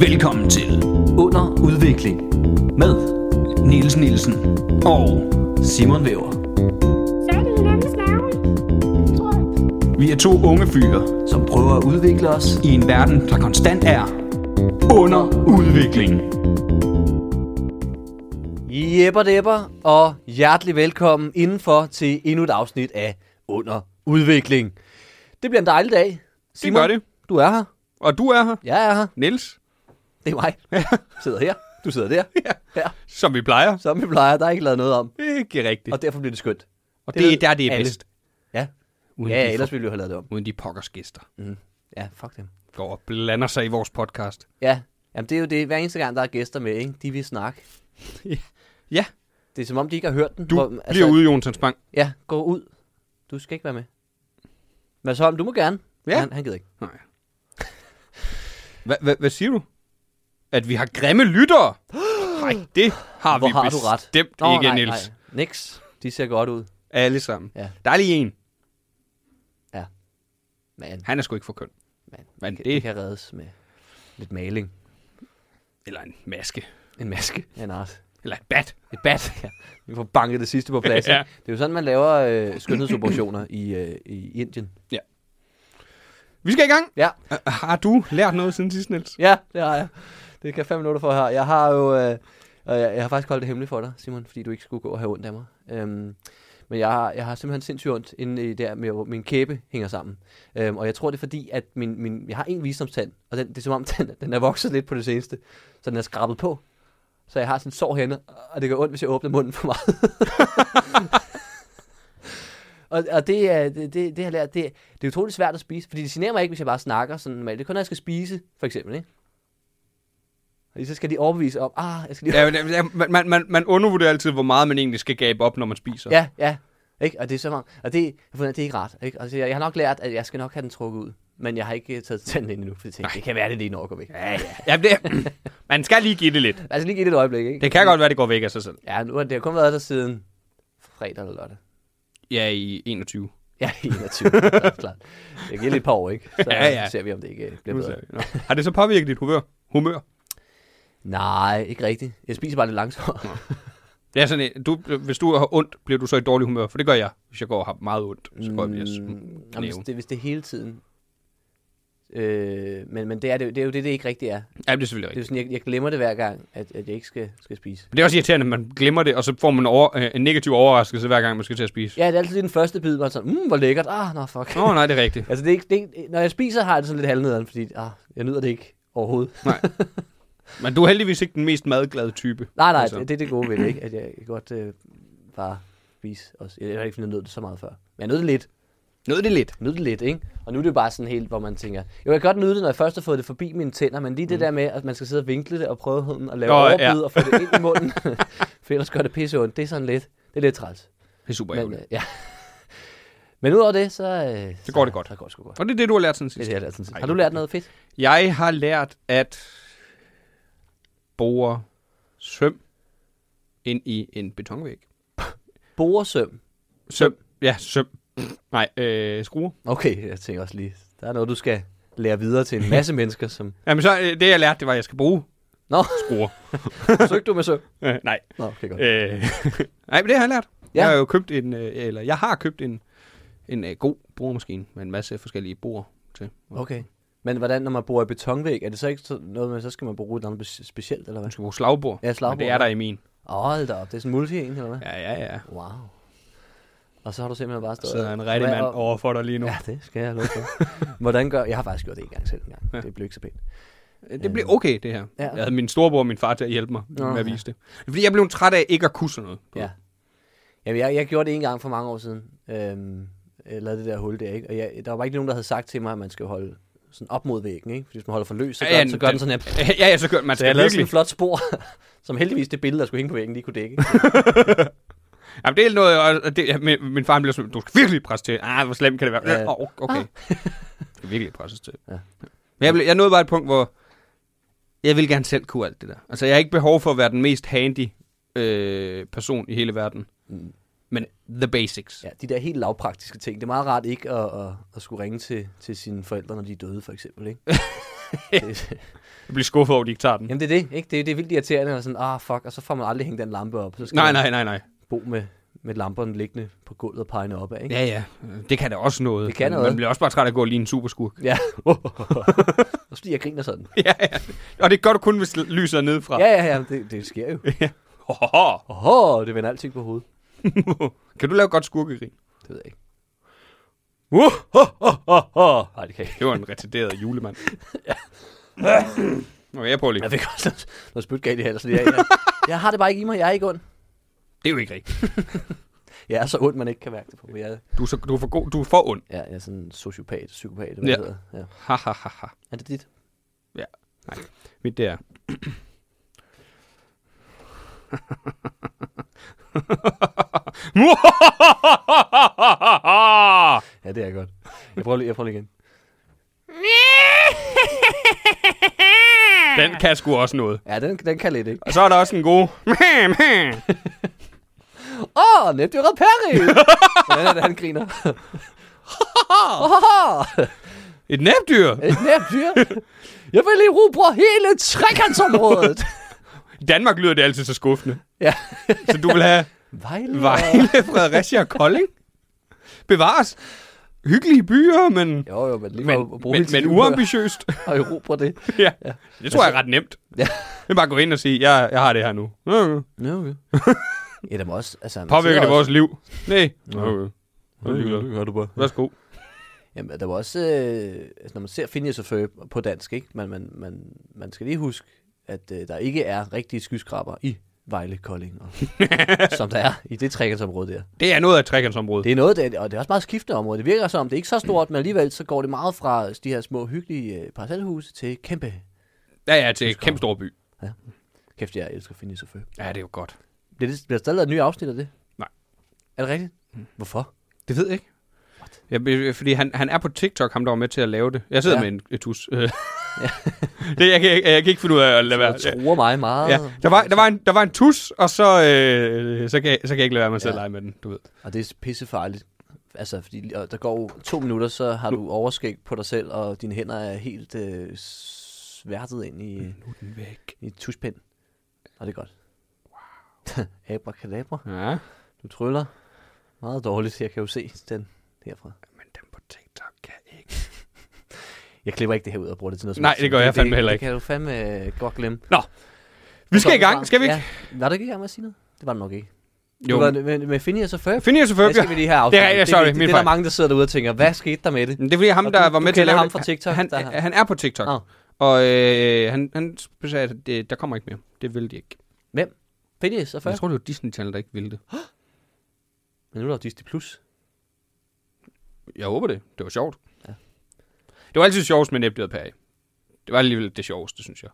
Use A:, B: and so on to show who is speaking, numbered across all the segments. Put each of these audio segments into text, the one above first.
A: Velkommen til Under Udvikling med Niels Nielsen og Simon Væver.
B: Så er det hinandens navn. Tror jeg.
A: Vi er to unge fyre
C: som prøver at udvikle os.
A: i en verden, der konstant er under udvikling.
C: Jepper depper, og hjertelig velkommen indenfor til endnu et afsnit af Under Udvikling. Det bliver en dejlig dag. Simon,
D: gør det.
C: Du er her.
D: Og du er her,
C: Jeg er her.
D: Niels,
C: Det er mig. Jeg sidder her. Du sidder der. Ja. ja.
D: som vi plejer.
C: Som vi plejer, der er ikke lavet noget om.
D: Ikke rigtigt.
C: Og derfor bliver det skønt.
D: Og
C: ved
D: det, der er det er
C: alle.
D: bedst.
C: Ja.
D: Uden,
C: Ja,
D: de,
C: ellers ville vi jo have lavet det om.
D: uden de pokkers gæster
C: Ja, fuck dem.
D: går og blander sig i vores podcast.
C: Ja, Jamen, det er jo det. Hver eneste gang, der er gæster med, ikke? de vil snakke.
D: Ja,
C: Det er som om, de ikke har hørt den. altså,
D: du Hvor, altså- bliver ude, Jonsens Bang.
C: Ja, gå ud. Du skal ikke være med. Mads Holm, du må gerne.
D: Ja.
C: Han, han gider ikke.
D: Nej. Hva, hva, hvad siger du? At vi har grimme lyttere? Nej, det har
C: Hvor
D: Ah, vi
C: har du
D: bestemt
C: ret?
D: Nå, ikke,
C: nej,
D: Niels.
C: Nej. Nix. De ser godt ud.
D: Alle sammen.
C: Ja.
D: Der er lige en.
C: Man,
D: Han er sgu ikke for køn.
C: man.
D: Men
C: Det, det
D: det...
C: kan reddes med lidt maling.
D: Eller en maske.
C: En maske. Ja, en art.
D: Eller en bat.
C: Et bat. Ja. Vi får banket det sidste på plads.
D: Ja.
C: ja. Det er jo sådan, man laver øh, skønhedsoperationer i, øh, i Indien.
D: Vi skal i gang.
C: Ja.
D: Øh, Har du lært noget siden sidst, Niels?
C: Ja, det har jeg. Det kan jeg fem minutter for her. Jeg har jo... Øh, og jeg, jeg har faktisk holdt det hemmeligt for dig, Simon, fordi du ikke skulle gå og have ondt af mig. Øhm, men jeg har, jeg har simpelthen sindssygt ondt inde i der, med, hvor min kæbe hænger sammen. Øhm, og jeg tror, det er fordi, at min, min, jeg har en visdomstand, og den, det er som om, den, den er vokset lidt på det seneste. Så den er skrabet på. Så jeg har sådan en sår henne, og det gør ondt, hvis jeg åbner munden for meget. og, og det, er- det, det, det, har jeg lært, det, det er utroligt svært at spise, fordi det generer mig ikke, hvis jeg bare snakker sådan normalt. Det er kun, når jeg skal spise, for eksempel, ikke? Fordi så skal de overbevise om, ah, jeg skal lige
D: Ja, men- men- man, man, man, man undervurderer altid, hvor meget man egentlig skal gabe op, når man spiser.
C: Ja, ja. Ikke? Og det er så mange. Og det, jeg finder, det er ikke rart. Ikke? Altså, jeg, jeg har nok lært, at jeg skal nok have den trukket ud. Men jeg har ikke øh, taget tanden ind endnu, fordi jeg tænkte, det kan være, det lige når at gå væk.
D: Ja, ja. ja det, man skal lige give det lidt.
C: Altså lige give det et øjeblik, ikke?
D: Det kan godt være, det går væk af sig selv.
C: Ja, nu har det har kun været der siden fredag eller lørdag.
D: Ja, i 21.
C: Ja, 21. klart, klart. Det giver lige et par år, ikke? Så
D: Ja, ja.
C: ser vi, om det ikke øh, bliver
D: Nu
C: bedre.
D: ser vi. Nå. Har det så påvirket dit humør? humør?
C: Nej, ikke rigtigt. Jeg spiser bare lidt langsomt.
D: Det er sådan, øh, du, hvis du har ondt, bliver du så i dårlig humør? For det gør jeg. Hvis jeg går og har meget ondt, så går jeg
C: Mm.
D: Mm. bliver
C: Nå, men hvis,
D: snæven.
C: det, hvis det er hele tiden. Øh, men, men det, er det, jo- det er jo det, det ikke rigtigt er.
D: Ja, det er selvfølgelig
C: Det er jo
D: rigtigt.
C: sådan, jeg, jeg glemmer det hver gang, at, at jeg ikke skal, skal spise.
D: Men det er også irriterende, at man glemmer det, og så får man over, øh, en negativ overraskelse, hver gang man skal til at spise.
C: Ja, det er altid lige den første bid, hvor man er sådan, mm, hvor lækkert. Ah, nå, fuck.
D: Åh, oh, nej, det er rigtigt.
C: Altså, det er ikke, det er ikke, når jeg spiser, har jeg det sådan lidt halvnederen, fordi ah, jeg nyder det ikke overhovedet.
D: Men du er heldigvis ikke den mest madglade type.
C: Nej, nej,
D: Altså.
C: det, det er det gode ved det, ikke? At jeg kan godt øh, bare spise også. Jeg har ikke fundet nødt det så meget før. Men jeg nød det lidt.
D: Nød det lidt.
C: Nød det lidt, ikke? Og nu er det jo bare sådan helt, hvor man tænker, jo, jeg kan godt nyde det, når jeg først har fået det forbi mine tænder, men lige det der med, at man skal sidde og vinkle det og prøve den og lave
D: Mm. Nå,
C: oh,
D: ja.
C: overbid og få det ind i munden, for ellers gør det pisse ondt. Det er sådan lidt, det er lidt træls.
D: Det er super
C: Men,
D: ærgerligt.
C: øh, ja. men udover det, så... Øh, så
D: går det godt.
C: Så går det sgu godt.
D: Og det er det, du har lært siden
C: Det
D: sidst.
C: er det, jeg har lært sådan set.
D: Ej,
C: Har du lært noget fedt?
D: Jeg har lært at bore søm ind i en betonvæg.
C: Boresøm.
D: Søm. Ja, søm. Nej, øh, skruer.
C: Okay, jeg tænker også lige, der er noget, du skal lære videre til en masse mennesker, som...
D: Jamen så, øh, det jeg lærte, det var, at jeg skal bruge
C: Nå,
D: skruer.
C: søgte du med søm?
D: øh, nej.
C: Nå, okay, godt.
D: Øh, nej, men det har jeg lært.
C: Ja.
D: Jeg har jo købt en, øh, eller jeg har købt en, en øh, god boremaskine med en masse forskellige borer til.
C: Okay. Men hvordan, når man bor i betonvæg, er det så ikke sådan noget med, så skal man bruge et eller andet bes- specielt, eller hvad?
D: Du skal bruge slagbor.
C: Ja, slagbor,
D: Men det
C: ja.
D: er der i min.
C: Åh, hold da op, det er sådan en multi en, eller hvad?
D: Ja, ja, ja.
C: Wow. Og så har du simpelthen bare stået...
D: Så er en rigtig
C: Hvad-
D: mand
C: og-
D: over for dig lige nu.
C: Ja, det skal jeg love for. Hvordan gør... Jeg har faktisk gjort det en gang selv en gang. Det blev ikke så pænt.
D: Det blev okay, det her.
C: Ja.
D: Jeg havde min storebror og min far til at hjælpe mig
C: Nå,
D: med at
C: ja.
D: vise det. Fordi jeg blev træt af ikke at kunne sådan noget.
C: Ja. Jamen, jeg, jeg gjorde det en gang for mange år siden. Øhm, jeg lavede det der hul der, ikke? Og jeg, der var ikke nogen, der havde sagt til mig, at man skal holde sådan op mod væggen, ikke? Fordi hvis man holder for løs, så gør, ja, den, så gør den, sådan her.
D: Ja, ja, så gør man
C: Så jeg
D: skal
C: lavede sådan en
D: virkelig.
C: flot spor, som heldigvis det billede, der skulle hænge på væggen, lige kunne dække.
D: Jamen, det er noget, og- og det, ja, min, min far han bliver sådan, du skal virkelig presse til. Ah, hvor slemt kan det være?
C: Ja. Ah.
D: Ja. Oh, okay. du skal virkelig presses til.
C: Ja.
D: Ja. Men jeg, blev, jeg nåede bare et punkt, hvor jeg vil gerne selv kunne alt det der. Altså, jeg har ikke behov for at være den mest handy øh, person i hele verden.
C: Mm.
D: Men the basics. Ja.
C: Ja, de der helt lavpraktiske ting. Det er meget rart ikke at, at, at skulle ringe til, til sine forældre, når de er døde, for eksempel, ikke? Det,
D: Jeg bliver skuffet over, at de ikke tager den.
C: jamen det er det, ikke? Det, er- det er vildt irriterende, og sådan, ah fuck, og så får man aldrig hængt den lampe op. Så skal
D: Nej,
C: man
D: nej, nej, nej.
C: bo med, med lamperne liggende på gulvet og pegende opad, ikke?
D: Ja, ja. Det kan da også noget.
C: Det kan
D: Men
C: noget.
D: Man bliver også bare træt af at gå lige en superskurk.
C: Ja. Også fordi jeg griner sådan.
D: ja, ja. Og det gør du kun, hvis lyset er nedefra.
C: Ja, ja, ja, det, det sker jo.
D: Hohoho.
C: Åh, det vender alting på hovedet.
D: kan du lave godt skurkeri?
C: Det ved jeg ikke.
D: Uh, ho, ho, ho, ho.
C: Nej, det kan jeg ikke.
D: Det var en retarderet julemand. Okay, jeg prøver lige.
C: Jeg fik også noget, noget spyt galt i halsen. Jeg, jeg, jeg har det bare ikke i mig. Jeg er ikke ond.
D: Det er jo ikke rigtigt.
C: Jeg er så ond, man ikke kan mærke det på. Jeg er,
D: Du er, så, du er for god. Du er for ond.
C: ja, jeg er sådan en sociopat, psykopat, hvad ja.
D: Ja.
C: det hedder. Ja.
D: Ha, ha, ha, ha.
C: Er det dit?
D: Mit det er.
C: Ja, det er godt. Jeg prøver lige, jeg prøver lige igen.
D: Den kan sgu også noget.
C: Ja, den, den kan lidt, ikke?
D: Og så er der også en god...
C: Åh, oh, Nebdyret Perry! Hvordan er det, han griner?
D: Et næbdyr.
C: Et næbdyr? Jeg vil erobre hele trekantsområdet!
D: I Danmark lyder det altid så skuffende.
C: ja.
D: Så du vil have
C: Vejle.
D: Vejle, Fredericia og Kolding? Bevares. Hyggelige byer, men,
C: Jo, jo, men lige
D: men,
C: for at bruge
D: men,
C: hele
D: men
C: tiden på
D: uambitiøst.
C: at erobre det.
D: ja. Det tror jeg er ret nemt.
C: Ja.
D: Det er bare at gå ind og sige, jeg, jeg har det her nu. Okay.
C: Ja, okay. ja, der må også... Altså, man
D: Påvirker
C: sidder
D: det vores
C: også-
D: liv? Nej. Okay.
C: Det gør du bare.
D: Værsgo.
C: Jamen, der var også... Øh, altså, når man ser Phineas og Ferb på dansk, ikke? Man, man, man, man skal lige huske, at øh, der ikke er rigtige skyskraber i Vejle, Kolding, og, som der er i det trekantsområde der.
D: Det er noget af trekantsområdet.
C: Det er noget, der, og det er også meget skiftende område. Det virker som, det er ikke så stort, men alligevel så går det meget fra de her små, hyggelige øh, parcelhuse til kæmpe...
D: Ja, ja, til kæmpe stor by.
C: Kæft, jeg elsker Phineas og Ferb.
D: Ja, det er jo godt.
C: Bliver, det, bliver der stadig lavet nye afsnit af det?
D: Nej.
C: Er det rigtigt? Hvorfor?
D: Det ved jeg ikke. Ja, be- fordi han, han er på TikTok, ham der var med til at lave det. Jeg sidder
C: Ja.
D: ja. med en et tus. det, jeg, kan, jeg, jeg kan ikke finde ud af at lade være.
C: Det truer mig meget.
D: Ja, der var, der var, en, der var en tus, og så, øh, så, kan, jeg- så kan jeg ikke lade være med at ja. lege med den, du ved.
C: Og det er pissefarligt. Altså, fordi og der går jo to minutter, så har du overskæg på dig selv, og dine hænder er helt øh, sværtet ind i,
D: Nu er den væk.
C: i et tuschpind. Og det er godt. Wow. Abracadabra.
D: Ja,
C: Du tryller meget dårligt. Jeg kan jo se den herfra.
D: men den på TikTok kan ikke.
C: Jeg klipper ikke det her ud og bruger det til noget. som
D: Nej,
C: helst.
D: det gør jeg fandme heller
C: det,
D: ikke.
C: Det kan du fandme øh, godt glemme.
D: Vi skal
C: Så-
D: i gang, skal vi ikke?
C: Ja. Var du ikke i gang med at sige noget? Det var det nok ikke. Jo.
D: Jo.
C: Du var med, med Phineas og Ferb.
D: Phineas og Ferb,
C: Det skal vi lige have
D: Det er
C: afsluttet.
D: rigtigt, sorry,
C: det, det,
D: min
C: det, er der
D: fejl.
C: mange, der sidder derude og tænker, hvad skete der med det?
D: Men Det er fordi ham,
C: Og
D: der
C: du-
D: var
C: du
D: med til at
C: kender
D: lave
C: ham
D: det,
C: fra TikTok,
D: han,
C: der
D: han,
C: har-
D: han er på TikTok.
C: Ah.
D: Og øh, han, han sagde, at det, der kommer ikke mere. Det vil de ikke.
C: Hvem? Phineas og Ferb?
D: Jeg tror, det var Disney Channel, der ikke ville det.
C: Men nu er der jo Disney+. Plus.
D: Jeg håber det. Det var sjovt.
C: Ja.
D: Ja. Det var altid sjovt med Nebdyret Perry. Det var alligevel det sjoveste, synes jeg.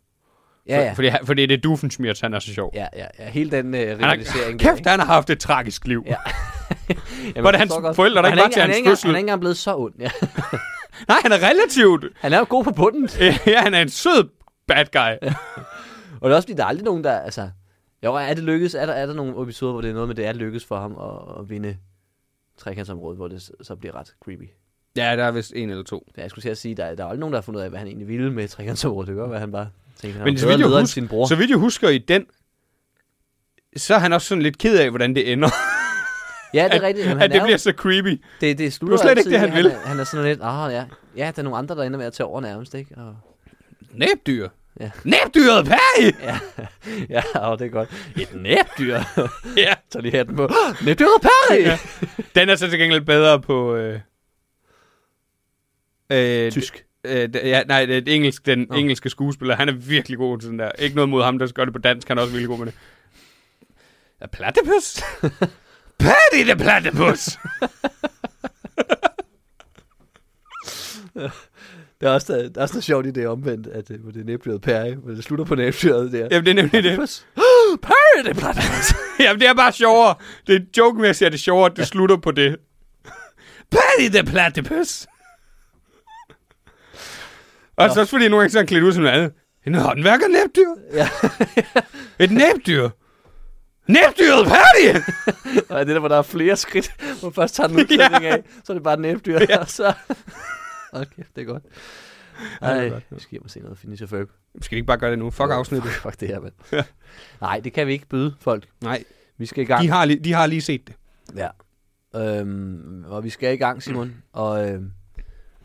C: Ja, ja.
D: Fordi, fordi det er Doofensmirt, han er så sjov.
C: Ja, ja, ja. Hele den øh,
D: Han
C: rivalisering.
D: har, kæft, han har haft et tragisk liv.
C: Ja.
D: Ja.
C: Jamen,
D: var det
C: jeg
D: hans
C: forstår godt.
D: forældre, der
C: Og
D: ikke
C: han
D: var
C: er
D: til hans
C: han er ikke-
D: fødsel?
C: Han er ikke engang blevet så ond. Ja.
D: Nej, han er relativt.
C: Han er jo god på bunden.
D: ja, han er en sød bad guy.
C: Og det er også fordi, der er aldrig nogen, der... Altså, jo, er det lykkedes? Er der, er der nogle episoder, hvor det er noget med, det er lykkedes for ham at, at vinde trekantsområdet, hvor det s- så bliver ret creepy?
D: ja, der er vist en eller to.
C: Ja, Jeg skulle til at sige, der, der er aldrig nogen, der har fundet ud af, hvad han egentlig ville med trekantsområdet. Det gør, hvad han bare tænkte, han
D: Men
C: var
D: så
C: bedre
D: vidt, jeg
C: leder end
D: husker,
C: sin bror.
D: så vidt jeg husker i den, så er han også sådan lidt ked af, hvordan det ender.
C: ja, det er rigtigt. Jamen,
D: at
C: han
D: det
C: er
D: bliver
C: jo,
D: så creepy.
C: det, det slutter
D: det var slet ikke
C: altid
D: det,
C: i,
D: han
C: at
D: ville.
C: Er, han er sådan lidt, ah ja, ja, der er nogle andre, der ender med at tage over nærmest, ikke? Og,
D: Næbdyr.
C: Ja.
D: Ja. Næbdyret, Perry!
C: ja, og det er godt. Et næbdyr.
D: Ja.
C: Så lige hatten på. Næbdyr og Perry! Ja.
D: Ja. Den er så til gengæld bedre på... Øh, øh,
C: Tysk.
D: Øh, d- ja, nej, det er et engelsk, den
C: Nå.
D: engelske skuespiller. Han er virkelig god til den der. Ikke noget mod ham, der gør det på dansk. Han er også virkelig god med det. Er platypus? Patty the platypus!
C: Det er også, der, der er også noget sjovt i det omvendt, at øh, hvor det er næbdyret Perry, hvor det slutter på næbdyret der.
D: Jamen, det er nemlig det.
C: Perry, det er blot
D: Jamen, det er bare sjovere. Det er jokemæssigt, at det er sjovere, at det slutter på det. Patty the platypus! Og så også fordi, nogle gange så er han klædt ud som noget andet. En håndværker næbdyr?
C: Ja.
D: Et næbdyr? Næbdyret Patty!
C: Og det der, hvor der er flere skridt, hvor man først tager den udklædning af, så er det bare et næbdyr, ja. og så... Hold kæft, det er godt.
D: det er
C: Ej,
D: godt.
C: vi skal hjem og se noget Phineas Ferb.
D: Skal vi ikke bare gøre det nu? Fuck afsnittet.
C: Fuck, fuck det her, mand. Nej, det kan vi ikke byde folk.
D: Nej,
C: Vi skal i gang.
D: de har, lige, de har lige set det.
C: Ja. Øhm, og vi skal i gang, Simon. Og, øhm,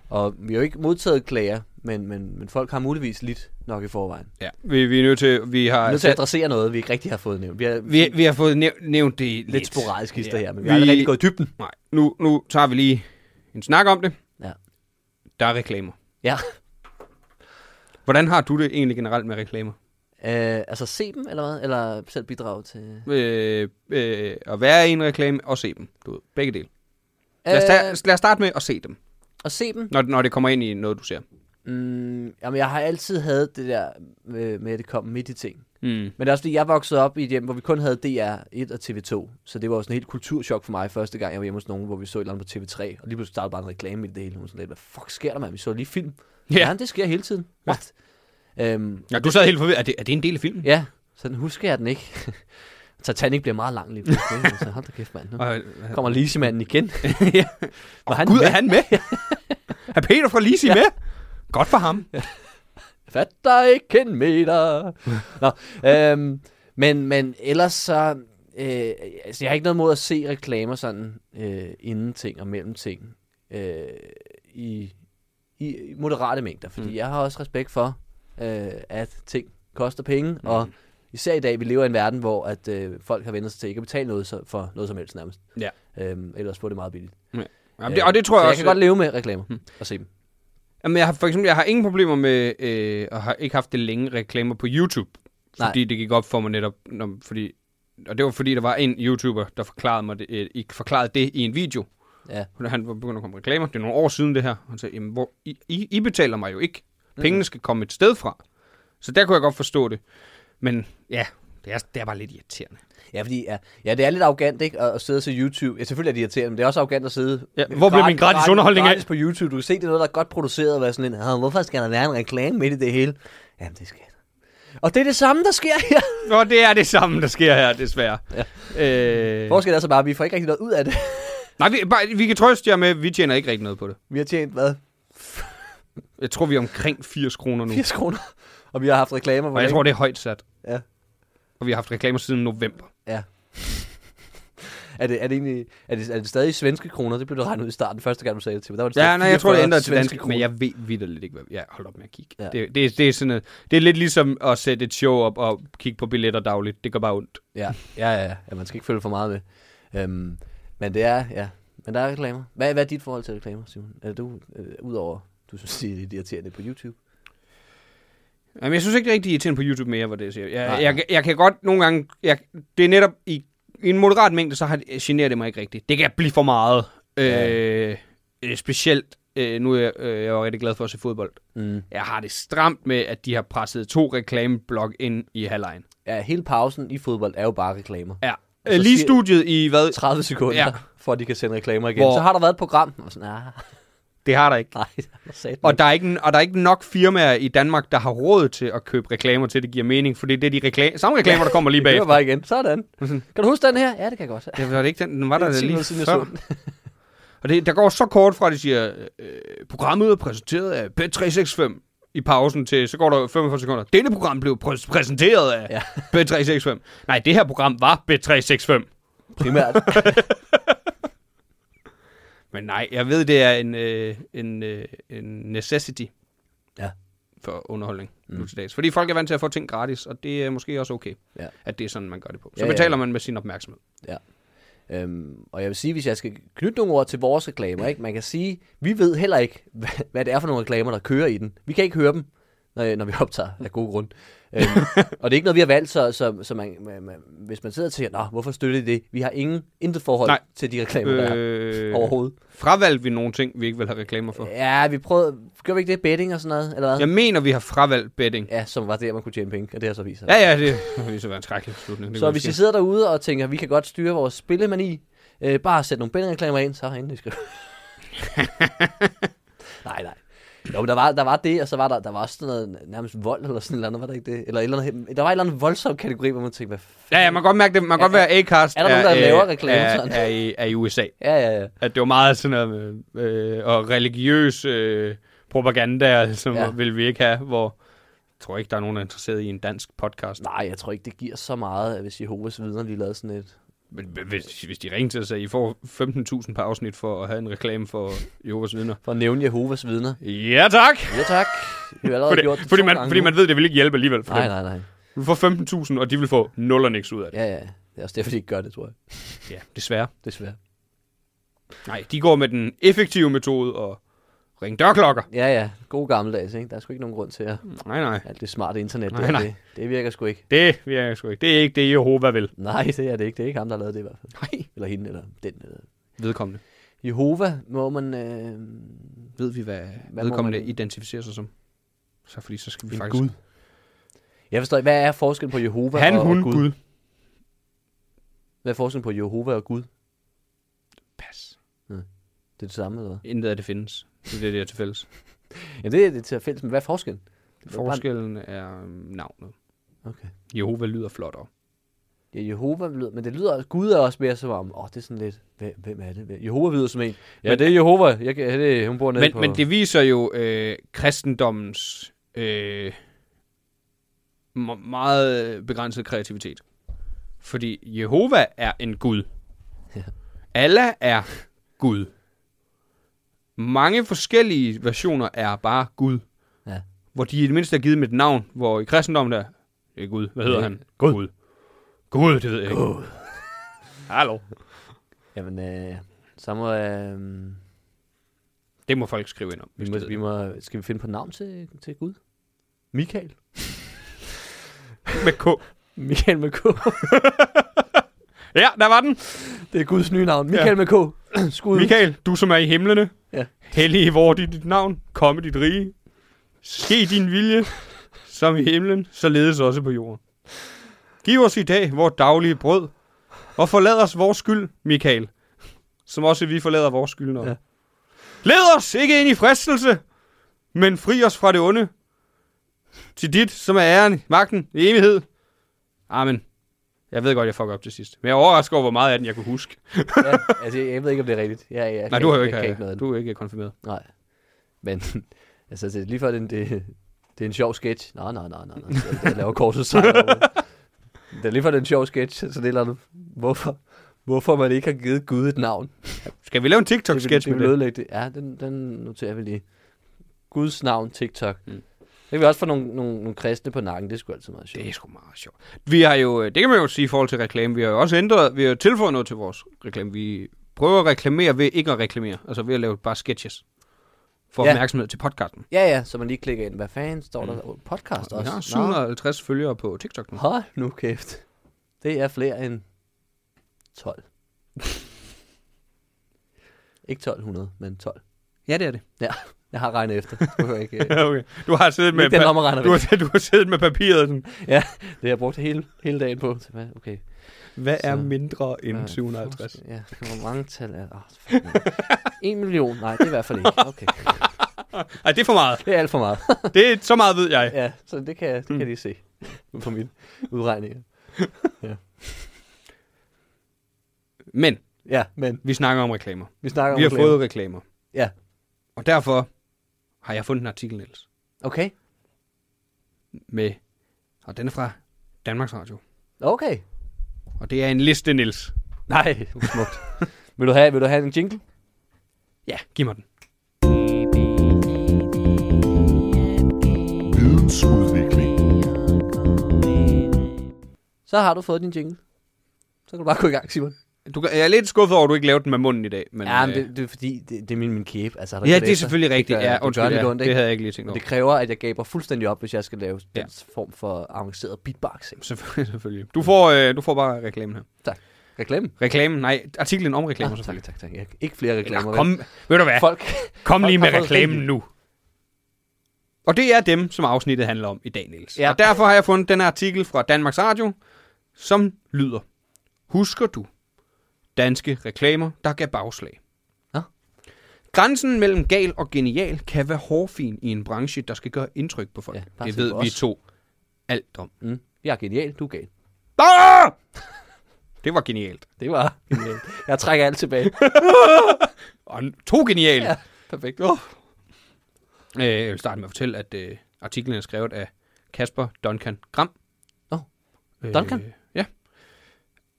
C: og vi har jo ikke modtaget klager, men, men, men folk har muligvis lidt nok i forvejen. Vi
D: Ja. Vi, vi er nødt til, vi
C: er
D: har,
C: nødt til at adressere noget, vi ikke rigtig har fået nævnt. Vi har
D: Altså- vi, vi har fået nævnt, nævnt det lidt.
C: lidt sporadisk hister her, men vi
D: Vi-
C: har aldrig rigtig gået i dybden.
D: Nej, nu, nu tager vi lige en snak om det.
C: Ja.
D: Der er reklamer.
C: Ja.
D: Hvordan har du det egentlig generelt med reklamer?
C: Øh, altså se dem, eller hvad? Eller selv bidrage til...
D: Øh, øh, at være i en reklame og se dem. Du ved, begge dele. Lad os, tage, lad os starte med at se dem,
C: Øh, og se dem?
D: når, når det kommer ind i noget, du ser.
C: Mm, jamen, jeg har altid havde det der med, med at det kom midt i ting.
D: Mm.
C: Men det er også fordi, jeg voksede op i et hjem, hvor vi kun havde DR1 og TV2. Så det var jo sådan en helt kulturschok for mig, første gang jeg var hjemme hos nogen, hvor vi så et eller andet på TV3. Og lige pludselig startede bare en reklame i det hele. Og sådan lidt, hvad fuck sker der, mand? Vi så lige film.
D: Ja.
C: Ja, ja det sker hele tiden. What? Ja. Øhm,
D: Ja, du sad helt forvirret. Er det, er det en del af filmen?
C: ja, sådan husker jeg den ikke. Titanic bliver meget lang lige pludselig. ikke? altså, hold da kæft, mand. Nu
D: Og,
C: kommer leasemanden igen.
D: ja.
C: Var han
D: Gud,
C: med?
D: er han med? er Peter fra Lisi ja. med? Godt for ham.
C: fatter ikke en meter. Nå, øhm, men, men ellers så... Øh, altså, jeg har ikke noget mod at se reklamer sådan øh, inden ting og mellem ting øh, i, i i moderate mængder. Fordi
D: Mm.
C: mm. jeg har også respekt for, øh, at ting koster penge, mm. og især i dag, vi lever i en verden, hvor at øh, folk har vendt sig til ikke at betale noget så, for noget som helst nærmest.
D: Ja.
C: Øhm, ellers får det meget billigt.
D: Jamen, det, og det tror
C: så
D: jeg
C: jeg
D: også.
C: kan godt leve med reklamer
D: Mm.
C: og se dem.
D: Jamen, jeg har, for eksempel, jeg har ingen problemer med, øh, og har ikke haft det længe, reklamer på YouTube.
C: Nej.
D: Fordi det gik op for mig netop, når, fordi, og det var fordi, der var en YouTuber, der forklarede, mig det, øh, i- forklarede det i en video.
C: Ja.
D: Når Han var begyndt at komme reklamer. Det er nogle år siden det her. Han sagde, jamen, hvor, I, I, I betaler mig jo ikke. Pengene skal komme et sted fra. Så der kunne jeg godt forstå det. Men ja, det er, det er bare lidt irriterende.
C: Ja, fordi, ja, ja, det er lidt arrogant, ikke? At, at sidde og se YouTube. Ja, selvfølgelig er det irriterende, men det er også arrogant at sidde...
D: Ja, hvor bliver min gratis underholdning af?
C: gratis på YouTube. Du kan se, det er noget, der er godt produceret, og være sådan en, "Ah, hvorfor skal der være en reklame midt i det hele? Jamen, det skal der. Og det er det samme, der sker her.
D: Nå, det er det samme, der sker her, desværre.
C: Ja.
D: Øh,
C: Forskellen er så altså bare, at vi får ikke rigtig noget ud af det.
D: nej, vi, bare, vi kan trøste jer med, at vi tjener ikke rigtig noget på det.
C: Vi har tjent, hvad?
D: Jeg tror, vi er omkring 80 kroner nu.
C: 80 kroner. Og vi har haft reklamer. hvor
D: Og jeg
C: længe-
D: tror, det er højt sat.
C: Ja.
D: Og vi har haft reklamer siden november.
C: Ja. er, det, er, det egentlig, er, det, er det stadig svenske kroner? Det blev du regnet ud i starten, første gang du sagde det til mig. Der var det
D: Ja,
C: stadig
D: nej, jeg tror, det
C: 44
D: ændrer til
C: svenske
D: dansk,
C: kroner.
D: men jeg ved vidderligt ikke, hvad... Ja, hold op med at kigge. Ja.
C: Ja.
D: Det, det, det, er sådan noget, det er lidt ligesom at sætte et show op og kigge på billetter dagligt. Det gør bare ondt.
C: Ja, ja, ja, ja. ja man skal ikke følge for meget med. Øhm, men det er, ja. Men der er reklamer. Hvad, hvad er dit forhold til reklamer, Simon? Er du, øh, udover, du synes, det er lidt irriterende på YouTube?
D: Jamen, jeg synes ikke, det er rigtig irriterende på YouTube mere, hvor det siger. Jeg,
C: Nej,
D: jeg, jeg, jeg kan godt nogle gange... Jeg, det er netop i, i en moderat mængde, så har, generer det mig ikke rigtigt. Det kan blive for meget.
C: Ja.
D: Øh, øh, specielt, øh, nu er jeg, øh, jeg er jo rigtig glad for at se fodbold.
C: Mm.
D: Jeg har det stramt med, at de har presset to reklameblok ind i halvlejen.
C: Ja, hele pausen i fodbold er jo bare reklamer.
D: Ja. Øh,
C: Og så
D: Lige
C: siger-
D: studiet i hvad?
C: 30 sekunder,
D: Ja.
C: ja. for at de kan sende reklamer igen.
D: Hvor-
C: Hvor... Så har der været et program. Og sådan, ah,
D: Det har der ikke.
C: nej, der sagde
D: Og der, er ikke, og der er ikke nok firmaer i Danmark, der har råd til at købe reklamer til, det giver mening, for det er de rekla- samme reklamer, der kommer lige
C: det
D: bag.
C: var bare igen. Sådan. Kan du huske den her? Ja, det kan jeg godt.
D: Det var det ikke den, den Mhm. var
C: Det er
D: der
C: ti
D: lige
C: minutter siden, jeg
D: før.
C: så
D: Og det, der går så kort fra, at de siger, øh, programmet er præsenteret af B365 i pausen til, så går der 45 sekunder. Dette program blev præs- præsenteret af ja.
C: Ja.
D: B365. Nej, det her program var B365.
C: Primært.
D: Men nej, jeg ved, det er en, øh, en, øh, en necessity
C: Ja.
D: for underholdning mm. nu til dags. Fordi folk er vant til at få ting gratis, og det er måske også okay,
C: Ja.
D: at det er sådan, man gør det på. Så
C: Ja,
D: ja,
C: ja.
D: betaler man med sin opmærksomhed.
C: Øhm, og jeg vil sige, hvis jeg skal knytte nogle ord til vores reklamer, ikke? man kan sige, vi ved heller ikke, hvad, hvad det er for nogle reklamer, der kører i den. Vi kan ikke høre dem, når, når vi optager af gode grund. Øhm, og det er ikke noget, vi har valgt, så, så, så man, man, man, hvis man sidder og tænker, Nå, hvorfor støtter de det? Vi har ingen, intet forhold
D: Nej.
C: Nej. til de reklamer, øh, der er overhovedet.
D: fravalgte vi nogle ting, vi ikke vil have reklamer for?
C: Ja, vi prøvede, gør vi ikke det, betting og sådan noget, eller hvad?
D: Jeg mener, vi har fravalgt betting.
C: Ja, som var der, man kunne tjene penge, og det har så vist sig.
D: Ja, ja, det vil så være en trækkelig beslutning. Det
C: Så
D: kunne
C: hvis I
D: ske.
C: sidder derude og tænker, vi kan godt styre vores spillemani, øh, bare sæt nogle billedreklamer ind, så herinde skrive. nej, nej. Jo, men der var, der var det, og så var der, der var også sådan noget, nærmest vold eller sådan noget, var der ikke det? Eller, et eller andet, der var en eller anden voldsom kategori, hvor man tænkte, hvad
D: Ja, ja, man kan godt mærke det. Man kan
C: Er-
D: godt være, at Acast
C: er der nogen, der
D: øh,
C: laver reklamer
D: er,
C: sådan?
D: er, i, er i USA.
C: Ja, ja, ja.
D: At det var meget sådan noget med, øh, og religiøs øh, propaganda, altså,
C: Ja.
D: ja. vil vi ikke have, hvor... Jeg tror ikke, der er nogen, der er interesseret i en dansk podcast.
C: Nej, jeg tror ikke, det giver så meget, at hvis Jehovas vidner lige lavede sådan et.
D: Men hvis, hvis de ringer til os, at I får 15.000 per afsnit for at have en reklame for Jehovas vidner.
C: For at nævne Jehovas vidner.
D: Ja, tak!
C: Ja tak. Vi har allerede
D: Fordi,
C: gjort det
D: fordi,
C: to
D: man,
C: gange
D: fordi
C: nu.
D: man ved, det vil ikke hjælpe alligevel. For
C: Nej,
D: dem.
C: nej, nej.
D: Du får 15.000, og de vil få 0 og niks ud af det.
C: Ja, ja. Det er også derfor, de ikke gør det, tror jeg.
D: Ja, desværre.
C: Desværre.
D: Nej, de går med den effektive metode og ring dørklokker.
C: Ja, ja. God gammeldags, ikke? Der er sgu ikke nogen grund til at...
D: Nej, nej.
C: Alt det smarte internet,
D: Nej,
C: nej, nej.
D: nej.
C: Det, det virker sgu ikke.
D: Det virker sgu ikke. Det er ikke det, Jehova vil.
C: Nej, det er det ikke. Det er ikke ham, der har lavet det i hvert fald.
D: Nej.
C: Eller hende, eller den. Eller.
D: Vedkommende.
C: Jehova må man... Øh,
D: Ved vi, hvad,
C: må
D: hvad vedkommende
C: man-
D: man... identificerer sig som? Så fordi så skal vi
C: En
D: faktisk...
C: gud. jeg forstår ikke, hvad er forskellen på Jehova
D: Han,
C: og,
D: hun,
C: og Gud?
D: Gud. Gud.
C: Hvad er forskellen på Jehova og Gud?
D: Pas.
C: Det er det samme, eller hvad?
D: Intet af det findes. Det er det, der er til fælles.
C: Jamen, det er det til at fælles, men hvad er forskellen? Det er bare-
D: Forskellen er øhm, navnet.
C: Okay.
D: Jehova lyder flottere.
C: Ja, Jehova lyder, men det lyder, Gud er også mere som om, åh, det er sådan lidt, hvem, hvem er det? Hvem- Jehova lyder som en. Ja, men,
D: Men-
C: det er Jehova, jeg, kan- det, hun bor nede
D: Men,
C: på...
D: men det viser jo øh, kristendommens øh, me- meget begrænsede kreativitet. Fordi Jehova er en Gud.
C: Ja.
D: Allah er Gud. Mange forskellige versioner er bare Gud.
C: Ja.
D: Hvor de i det mindste er givet med et navn, hvor i kristendommen er, det er Gud. Hvad hedder
C: Ja,
D: han? Gud. Gud. Gud, det ved jeg ikke.
C: Gud.
D: Hallo.
C: Jamen, øh, så må... Øh,
D: Det må folk skrive ind om. hvis
C: vi må,
D: de ved
C: vi må, skal vi finde på et navn til, til Gud? Michael.
D: det. Med K.
C: Michael med K.
D: Ja, der var den.
C: Det er Guds nye navn. Michael ja. med K. Skud.
D: Michael, du som er i himlene,
C: Ja.
D: ja. hellig hvor dit, dit navn, komme dit rige, ske din vilje, som i himlen, så ledes også på jorden. Giv os i dag vores daglige brød, og forlad os vores skyld, Michael, som også vi forlader vores skyld nok.
C: Ja.
D: Ja. Led os ikke ind i fristelse, men fri os fra det onde, til dit, som er æren, magten, i evighed. Amen. Jeg ved godt, jeg fucker op til sidst. Men jeg er overrasket over, hvor meget af den, jeg kunne huske.
C: ja, altså, jeg ved ikke, om det er rigtigt. Ja, ja, jeg
D: Nej,
C: kan-
D: du har jo
C: jeg kan
D: ikke,
C: ikke noget af det.
D: du er ikke konfirmeret.
C: Nej. Men, altså, det er lige før, det, er en- det, det er en sjov sketch. Nej, nej, nej, nej, nej. Jeg- Jeg laver korset sejr. over. Det er lige før, det er en sjov sketch. Så det er et eller andet. Hvorfor? Hvorfor man ikke har givet Gud et navn.
D: Skal vi lave en
C: Det vil-
D: TikTok-sketch
C: det
D: med
C: vil
D: det?
C: ødelægge det. Ja, den, den noterer vi lige. Guds navn, TikTok. Mm.
D: Mm.
C: Det kan vi også få nogle, nogle, nogle kristne på nakken. Det er sgu altid meget sjovt.
D: Det er sgu meget sjovt. Vi har jo, øh, det kan man jo sige i forhold til reklame, vi har jo også ændret, vi har tilføjet noget til vores reklame. Vi prøver at reklamere ved ikke at reklamere, altså ved at lave bare sketches for
C: Ja.
D: ja. opmærksomhed til podcasten.
C: Ja, ja, så man lige klikker ind. Hvad fanden står der? Mm. Podcast
D: Og vi
C: også.
D: har
C: Nå.
D: 750 følgere på TikTok nu.
C: Hold nu kæft. Det er flere end 12. ikke 1200, men 12.
D: Ja, det er det.
C: Ja, jeg har regnet efter. Det behøver jeg ikke, øh,
D: Ja, okay. Du har siddet med,
C: ikke den
D: pa-
C: lommer regner
D: du,
C: væk.
D: har, du har siddet med papiret sådan,
C: Det har jeg brugt hele, hele dagen på. Så hvad- Okay.
D: hvad er
C: Så-
D: mindre
C: Hvad er
D: end 750?
C: forskel- Ja, hvor mange tal er der? Oh, en million? Nej, det er i hvert fald ikke. Okay.
D: Ej, det er for meget.
C: Det er alt for meget.
D: Det er, så meget ved jeg.
C: ja, så det kan, det kan jeg lige se på mine udregninger.
D: Men,
C: Ja, men
D: vi snakker om reklamer.
C: vi snakker om
D: Vi har
C: reklamer.
D: fået reklamer.
C: Ja.
D: Og derfor har jeg fundet en artikel, Niels.
C: Okay,
D: med, og den er fra Danmarks Radio.
C: okay.
D: Og det er en liste, Nils.
C: Nej, hvor smukt. vil, du have, vil du have en jingle?
D: Ja, giv mig den.
C: Så har du fået din jingle. Så kan du bare gå i gang, Simon.
D: Du, kan- jeg er lidt skuffet over, at du ikke lavede den med munden i dag. Men,
C: ja, men
D: øh,
C: det, det, er fordi, det, det er min, min kæbe. Altså, har du
D: ja,
C: ikke
D: det er
C: læst
D: selvfølgelig rigtigt.
C: Det gør-
D: Ja,
C: det
D: undskyld,
C: gør lidt
D: ja,
C: ondt,
D: det
C: ikke?
D: havde jeg ikke lige tænkt
C: det?
D: over.
C: Det kræver, at jeg gaber fuldstændig op, hvis jeg skal lave
D: Ja.
C: den form for avanceret beatboxing.
D: Selvfølgelig, selvfølgelig. Du får, øh, du får bare reklamen her.
C: Reklame?
D: Reklamen? Nej, artiklen om reklamer
C: Ah, tak,
D: selvfølgelig.
C: tak, tak. Jeg, ikke flere reklamer.
D: Eller,
C: vel?
D: kom, ved du hvad?
C: Folk,
D: Kom
C: Folk
D: lige
C: har
D: med
C: fået
D: reklamen
C: rigeligt.
D: nu. Og det er dem, som afsnittet handler om i dag, Niels.
C: Ja.
D: Ja. Og derfor har jeg fundet den her artikel fra Danmarks Radio, som lyder, Husker du danske reklamer, der gav bagslag?
C: Nå.
D: Grænsen mellem gal og genial kan være hårfin i en branche, der skal gøre indtryk på folk.
C: Ja,
D: Ja,
C: bare
D: det
C: se
D: ved
C: på
D: vi
C: os.
D: to alt om.
C: mm, jeg er genial, du er gal.
D: Ah! Det var genialt.
C: Det var genialt. Jeg trækker alt tilbage.
D: Og to genialt.
C: Ja,
D: Ja.
C: perfekt.
D: Oh. Øh, jeg vil starte med at fortælle, at øh, artiklen er skrevet af Kasper Duncan Gram.
C: Nå, Duncan?
D: Øh, ja.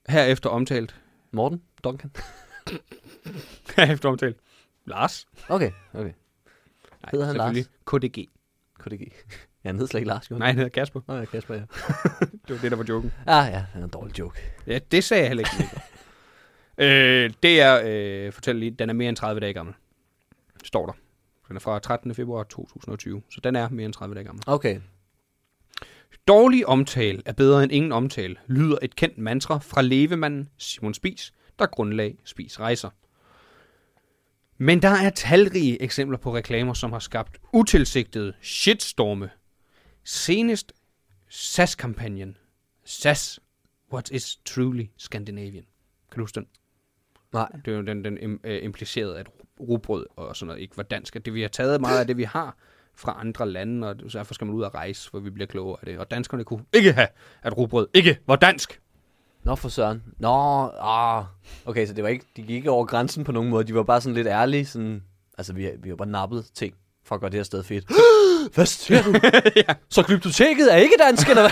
D: Herefter omtalt.
C: Morten? Duncan?
D: Herefter omtalt. Lars.
C: Okay, okay.
D: Nej,
C: Hedder han
D: selvfølgelig. KDG.
C: KDG. Ja, han hed slet ikke Lars, jo.
D: Nej, han hedder Kasper.
C: Nå ja, Kasper, ja.
D: Det var det, der var joken.
C: Ah ja, han er en dårlig joke.
D: Ja, det sagde jeg heller ikke. Mikkel. øh, det er, øh, fortæl lige, den er mere end 30 dage gammel. Står der. Den er fra 13. februar 2020, så den er mere end 30 dage gammel.
C: Okay.
D: Dårlig omtale er bedre end ingen omtale, lyder et kendt mantra fra levemanden Simon Spis, der grundlag Spis Rejser. Men der er talrige eksempler på reklamer, som har skabt utilsigtede shitstorme. Senest SAS-kampagnen. SAS, what is truly Scandinavian? Kan du huske den?
C: Nej.
D: Det er jo den, den im- øh, implicerede, at rugbrød og sådan noget ikke var dansk. At det, vi har taget meget af det, vi har fra andre lande, og derfor skal man ud og rejse, hvor vi bliver klogere af det. Og danskerne kunne ikke have, at rugbrød ikke var dansk.
C: Nå for søren. Nå, ah. Okay, så det var ikke, de gik ikke over grænsen på nogen måde. De var bare sådan lidt ærlige. Sådan, altså, vi, vi har bare nappet ting for at gøre det her sted fedt. hvad siger du? ja. Så kryptoteket er ikke dansk, eller hvad?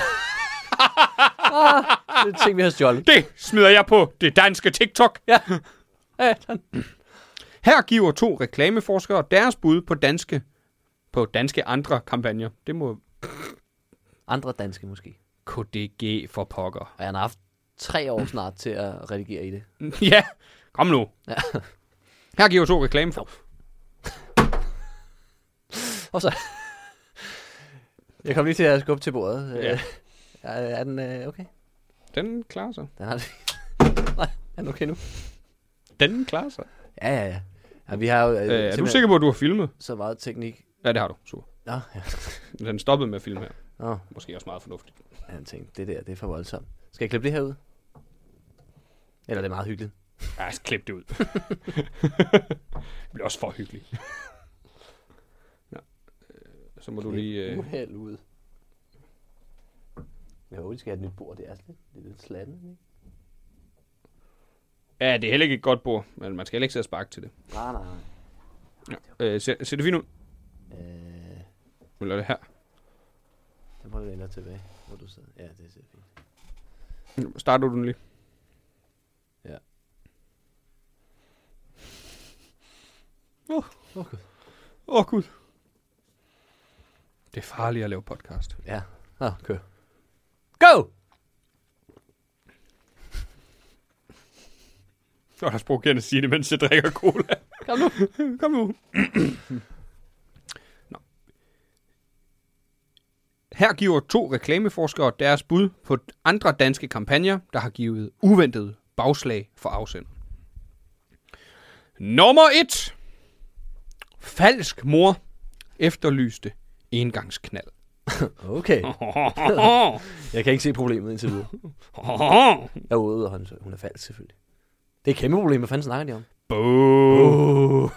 C: ah, det er ting, vi har stjålet.
D: Det smider jeg på det danske TikTok.
C: Ja. ja sådan.
D: Her giver to reklameforskere deres bud på danske, på danske andre kampagner. Det må
C: Andre danske måske.
D: KDG for pokker.
C: Og jeg har haft tre år snart til at redigere i det.
D: ja, kom nu. Her giver to reklame for.
C: Og så... Jeg kom lige til at skubbe til bordet.
D: Ja.
C: Ja. Er, er den øh, okay?
D: Den klarer sig.
C: Den har det. Nej, er den okay nu?
D: Den klarer sig.
C: Ja, ja, ja. ja vi har jo
D: Øh,
C: øh,
D: er du
C: simpelthen
D: sikker på, at du har filmet?
C: så meget teknik.
D: Ja, det har du. Super.
C: Nå, ja.
D: Den stoppede med at filme her.
C: Nå,
D: Måske også meget fornuftigt.
C: ja, han tænkte, det der, det er for voldsomt. Skal jeg klippe det her ud? Eller er det meget hyggeligt?
D: Ja, så klip det ud. det bliver også for hyggeligt. Nå. øh, Så må du lige... Øh...
C: Uheld ud. Jeg håber, de skal have et nyt bord. Det er sådan lidt, det er lidt slatten, ikke?
D: Ja, det er heller ikke et godt bord, men man skal heller ikke sidde og sparke til det.
C: Nej, nej, nej.
D: Øh, ser, ser det fint ud?
C: Øh,
D: Eller er det her?
C: den prøver jeg ellers tilbage, hvor du sidder. Ja, det ser fint.
D: Starter du den lige?
C: Ja.
D: Åh,
C: Åh, Gud.
D: oh, Gud. Det er farligt at lave podcast.
C: Ja, ah, kør. Go!
D: Jeg har også brugt at sige det, mens jeg drikker cola.
C: Kom nu.
D: Kom nu. Nå. Her giver to reklameforskere deres bud på andre danske kampagner, der har givet uventet bagslag for afsender. Nummer 1. Falsk mor efterlyste engangsknald.
C: Okay, jeg kan ikke se problemet indtil videre. Jeg er ude, og hun, hun er falsk selvfølgelig. Det er et kæmpe problem, hvad fanden snakker de om?
D: Boo.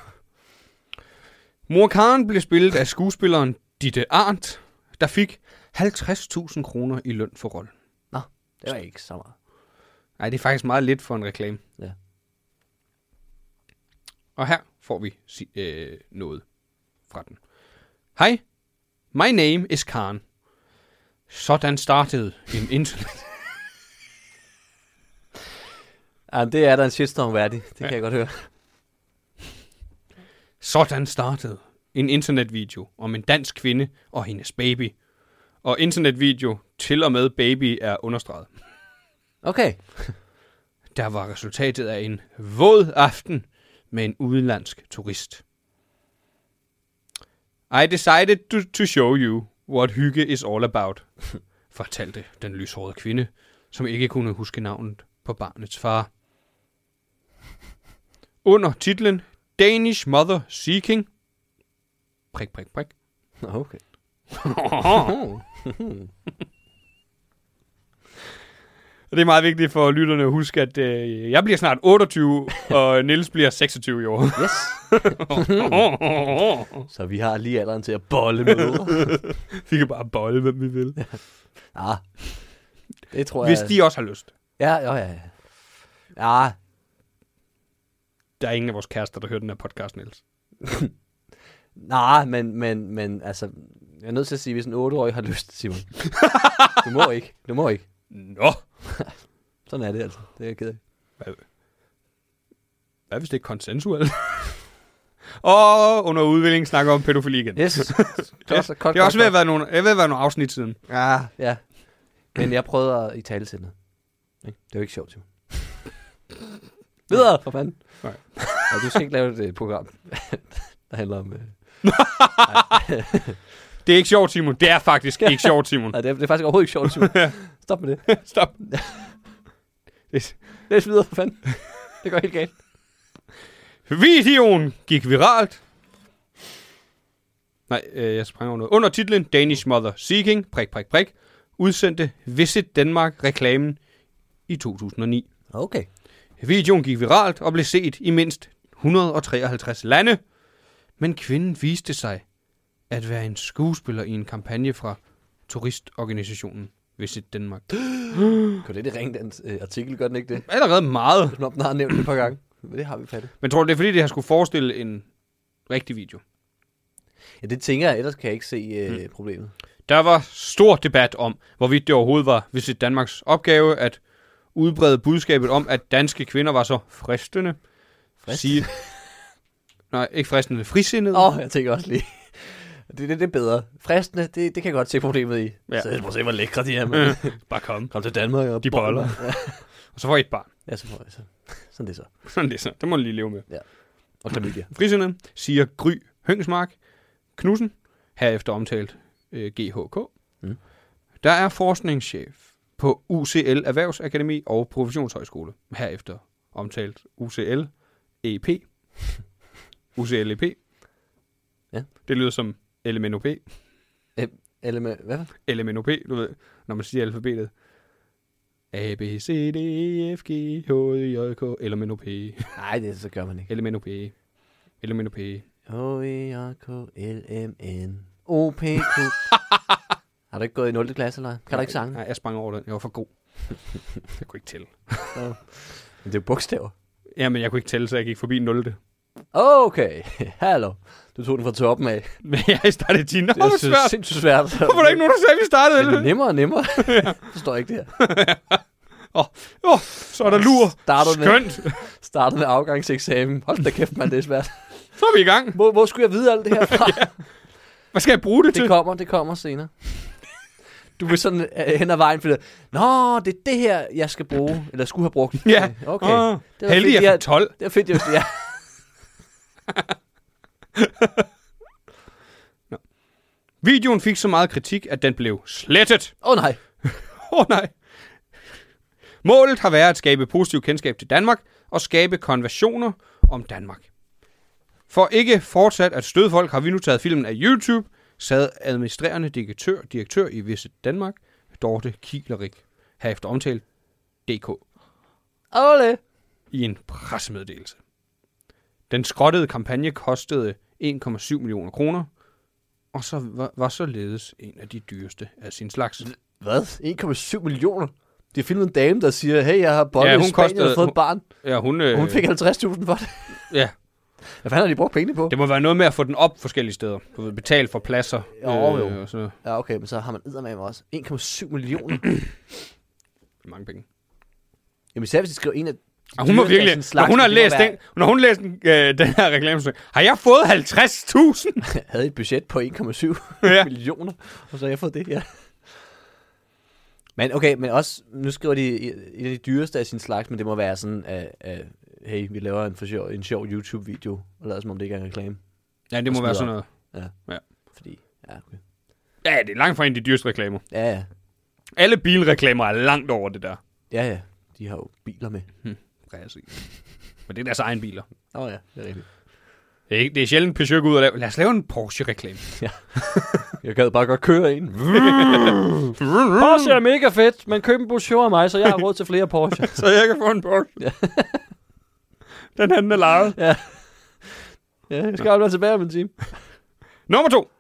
D: Mor Karen blev spillet af skuespilleren Ditte Arndt, der fik 50.000 kroner i løn for rollen.
C: Nå, det var ikke så meget.
D: Nej, det er faktisk meget lidt for en reklame.
C: Ja.
D: Og her får vi si- øh, noget fra den. Hej, my name is Karen. Sådan startede en internet.
C: Ja, det er da en shitstorm værdig, det kan jeg godt høre.
D: Sådan startede en internetvideo om en dansk kvinde og hendes baby. Og internetvideo til og med baby er understreget.
C: Okay,
D: der var resultatet af en våd aften med en udenlandsk turist. I decided to, to show you what hygge is all about, fortalte den lyshårede kvinde, som ikke kunne huske navnet på barnets far. Under titlen Danish Mother Seeking prik, prik, prik,
C: Nå, okay.
D: Oh. Og det er meget vigtigt for lytterne at huske, at øh, jeg bliver snart 28, og Nils bliver 26 i år.
C: Yes. Så vi har lige alderen til at bolle med ord.
D: vi kan bare bolle, hvem vi vil.
C: Ja. Ah. Det tror
D: Hvis
C: jeg...
D: de også har lyst.
C: Ja, jo, ja, ja. Ja,
D: Der er ingen af vores kærester, der hører den her podcast, Nils.
C: Nej, men, men, men altså, jeg er nødt til at sige, hvis en 8-årig har lyst, Simon. du må ikke. Du må ikke.
D: Nå!
C: Sådan er det altså. Det er jeg ked af.
D: Hvad hvis det er konsensuelt? og under udvikling snakker om pædofili igen.
C: Yes. Godt, så godt,
D: Det er også ved
C: godt,
D: at være nogle, jeg ved at være nogle afsnit siden.
C: godt. Ja, ja. Men jeg prøvede at i tale til noget. Ikke? Det er jo ikke sjovt, Simon. Videre, for fanden.
D: Nej.
C: Ja, du skal ikke lave et øh, program, der handler om... Øh...
D: Det er ikke sjovt, Simon. Det er faktisk ikke sjovt, Simon.
C: Nej, det er, det er faktisk overhovedet ikke sjovt, Simon. Stop med det.
D: Stop.
C: Læs videre, for fanden. Det går helt galt.
D: Videoen gik viralt. Nej, øh, jeg springer over noget. Under titlen Danish Mother Seeking, prik, prik, prik, udsendte Visit Danmark reklamen i 2009.
C: Okay.
D: Videoen gik viralt og blev set i mindst 153 lande. Men kvinden viste sig at være en skuespiller i en kampagne fra turistorganisationen Visit Danmark.
C: Kunne det, det ringe den øh, artikel, gør den ikke det?
D: Allerede meget.
C: Som om den har nævnt det et par gange. Men det har vi fattet.
D: Men tror du, det er fordi, det her skulle forestille en rigtig video?
C: Ja, det tænker jeg, ellers kan jeg ikke se øh, problemet.
D: Der var stor debat om, hvorvidt det overhovedet var Visit Danmarks opgave at udbrede budskabet om, at danske kvinder var så fristende.
C: Frist?
D: Sige... Nej, ikke fristende, frisindede.
C: Åh, oh, jeg tænker også lige. Det, det, det er bedre. Fristende, det, det kan jeg godt se problemet i.
D: Ja.
C: Ja. Mm. Så prøv at se, hvor lækre de er. mand.
D: Bare kom.
C: Kom til Danmark og
D: De boller. Og så får I et barn.
C: Ja, så får jeg så. Sådan det så.
D: Sådan det er så. Det må du lige leve med.
C: Og klamydia.
D: Frisindede, siger Gry Høngsmark Knudsen, herefter omtalt øh, GHK.
C: Mm.
D: Der er forskningschef på UCL Erhvervsakademi og Professionshøjskole, herefter omtalt UCL EP. UCL EP.
C: Ja.
D: E Det lyder som LMNOP.
C: Eller med, hvad? var det?
D: LMNOP, du ved, når man siger alfabetet. A, B, C, D, E, F, G, H, I, J, K, LMNOP.
C: Nej, det så gør man ikke.
D: LMNOP. LMNOP.
C: h e r k l m n o p q Har du ikke gået i 0. klasse, eller hvad? Kan du ikke sange?
D: Nej, jeg sprang over den. Jeg var for god. jeg kunne ikke tælle.
C: Men det er jo bogstaver.
D: Jamen, jeg kunne ikke tælle, så jeg gik forbi 0.
C: Okay, hallo. Du tog den fra toppen af.
D: Men jeg startede 10. Nå,
C: Det er
D: hvor
C: så
D: svært.
C: sindssygt svært.
D: Hvorfor er der ikke nogen, der sagde, at vi startede?
C: Men det er
D: Åh,
C: nemmere og nemmere. Forstår jeg ikke det her.
D: oh, så er der lur.
C: Starter med-
D: Skønt.
C: Startede med afgangseksamen. Hold da kæft, mand, det er svært.
D: Så er vi i gang.
C: Hvor, hvor skulle jeg vide alt det her fra?
D: Hvad skal jeg bruge det,
C: Det
D: til?
C: kommer, det kommer senere. Du vil sådan øh, hen ad vejen, fordi, nå, det er det her, jeg skal bruge, eller skulle have brugt.
D: Ja.
C: Okay.
D: Åh,
C: Det var
D: heldig,
C: fordi,
D: jeg
C: jeg-
D: fik 12.
C: Det er fedt, jeg ja.
D: Videoen fik så meget kritik, at den blev slettet.
C: Åh oh, nej.
D: Åh oh, nej. Målet har været at skabe positiv kendskab til Danmark og skabe konversioner om Danmark. For ikke fortsat at støde folk, har vi nu taget filmen af YouTube, sad administrerende direktør, direktør i Visit Danmark, Dorte Kielerik, herefter omtalt DK,
C: Ole.
D: i en pressemeddelelse. Den skrottede kampagne kostede 1,7 millioner kroner, og så var, var således en af de dyreste af sin slags.
C: Hvad? 1,7 millioner? De har filmet en dame, der siger, hey, jeg har bollet
D: Ja,
C: ja,
D: hun
C: i Spanien
D: kostede-
C: og fået et barn.
D: Ja, hun,
C: Og
D: øh,
C: hun fik 50.000 for det.
D: ja,
C: Hvad fanden har de brugt pengene på?
D: Det må være noget med at få den op forskellige steder. Du ved, betale for pladser. øh,
C: Jo, jo.
D: Og sådan noget.
C: Ja, okay, men så har man eddermame også. 1,7 millioner.
D: Det er mange penge.
C: Jamen især hvis de skriver en af...
D: Og hun må
C: dyreste af
D: virkelig,
C: sin
D: når
C: slags,
D: hun har
C: det må
D: læst
C: være-
D: den, når hun læste den, øh, den her reklame, så har jeg fået 50.000?
C: havde et budget på 1,7
D: Ja.
C: ja. millioner, og så har jeg fået det, ja. Men okay, men også, nu skriver de en af de dyreste af sin slags, men det må være sådan, at, at hey, vi laver en, for sjov, en sjov YouTube-video, og lader som om det ikke er en reklame,
D: Ja, det må
C: Og
D: være
C: smider.
D: sådan noget.
C: fordi, ja, okay.
D: Ja, det er langt fra en af de dyreste reklamer.
C: Ja, ja,
D: Alle bilreklamer er langt over det der.
C: ja, ja, de har jo biler med.
D: Præcis. Men det er deres egen biler.
C: Åh oh, ja, det er rigtigt.
D: Det er, ikke, det er sjældent, Peugeot går ud og laver. Lad os lave en Porsche-reklame.
C: Jeg gad bare godt køre en.
E: Porsche er mega fedt, men køb en Peugeot af mig, så jeg har råd til flere Porsche.
D: så jeg kan få en Porsche. den her, den er lejet.
C: Ja, jeg skal aldrig være tilbage om en time.
D: Nummer to.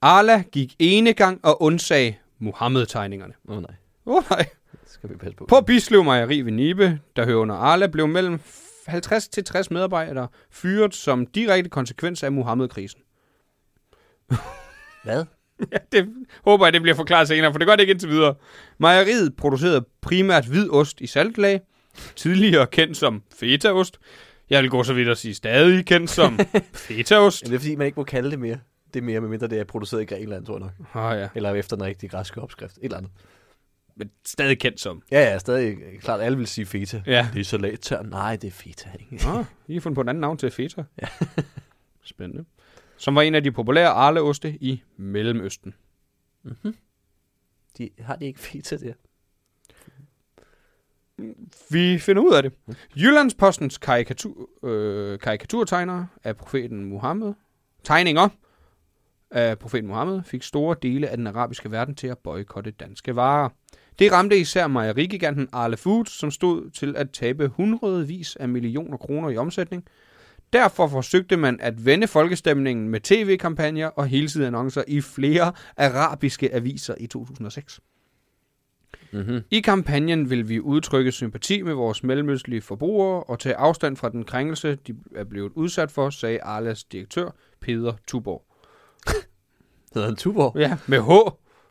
D: Arla gik ene gang og undsag Mohammed-tegningerne.
C: Åh oh, nej,
D: Åh oh, nej.
C: det skal vi passe på.
D: På Bislev Mejeri ved Nibe, der hører under Arla, blev mellem 50-60 medarbejdere fyret som direkte konsekvens af Mohammed-krisen.
C: Hvad?
D: Ja, det håber jeg, det bliver forklaret senere, for det gør det ikke indtil videre. Mejeriet producerede primært hvid ost i saltlag, tidligere kendt som fetaost. Jeg vil gå så vidt at sige stadig kendt som fetaost.
C: Jamen, det er fordi, man ikke må kalde det mere. Det er mere, medmindre det er produceret i Grækenland, tror jeg nok.
D: Ah, ja.
C: Eller efter den rigtige græske opskrift. Et eller andet.
D: Men stadig kendt som.
C: Ja, ja, stadig klart, alle vil sige feta.
D: Ja.
C: Det er salattør. Nej, det er feta, ikke?
D: Ah, I har fundet på et andet navn til feta. Ja. Spændende. Som var en af de populære arleoste i Mellemøsten.
C: De, har de ikke feta der?
D: Vi finder ud af det. Jyllandspostens karikatur, øh, karikaturtegnere af profeten Muhammed, tegninger af profeten Muhammed, fik store dele af den arabiske verden til at boykotte danske varer. Det ramte især mejerigiganten Arle Foods, som stod til at tabe hundredvis af millioner kroner i omsætning. Derfor forsøgte man at vende folkestemningen med tv-kampagner og helsideannoncer i flere arabiske aviser i 2006.
C: Mm-hmm.
D: I kampagnen vil vi udtrykke sympati med vores mellemøstlige forbrugere og tage afstand fra den krænkelse, de er blevet udsat for, sagde Arlas direktør Peter Tuborg.
C: Hedder han Tuborg?
D: Ja, med H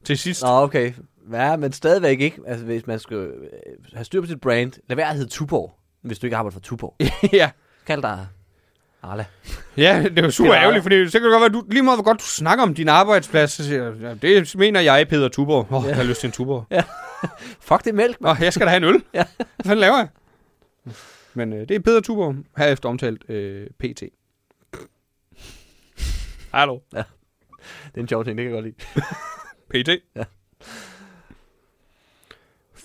D: til sidst.
C: Nå, okay. Ja, men stadigvæk ikke. Altså, hvis man skal øh, have styr på sit brand, lad være at hedde Tuborg, hvis du ikke arbejder for Tuborg.
D: ja.
C: Kald dig Arla.
D: ja, det er jo super
C: Peter Arla.
D: ærgerligt, fordi så kan det godt være, du, lige meget hvor godt du snakker om din arbejdsplads, så siger jeg, ja, det mener jeg, Peter Tuborg. Åh, oh, ja. jeg har lyst til en Tuborg. Ja.
C: Fuck det mælk, mand.
D: Nå, jeg skal da have en øl.
C: Ja.
D: Hvad fanden laver jeg? Men øh, det er Peter Tuborg, herefter omtalt øh, PT. Hallo,
C: Det er en sjov ting, det kan jeg godt lide.
D: PT.
C: Ja.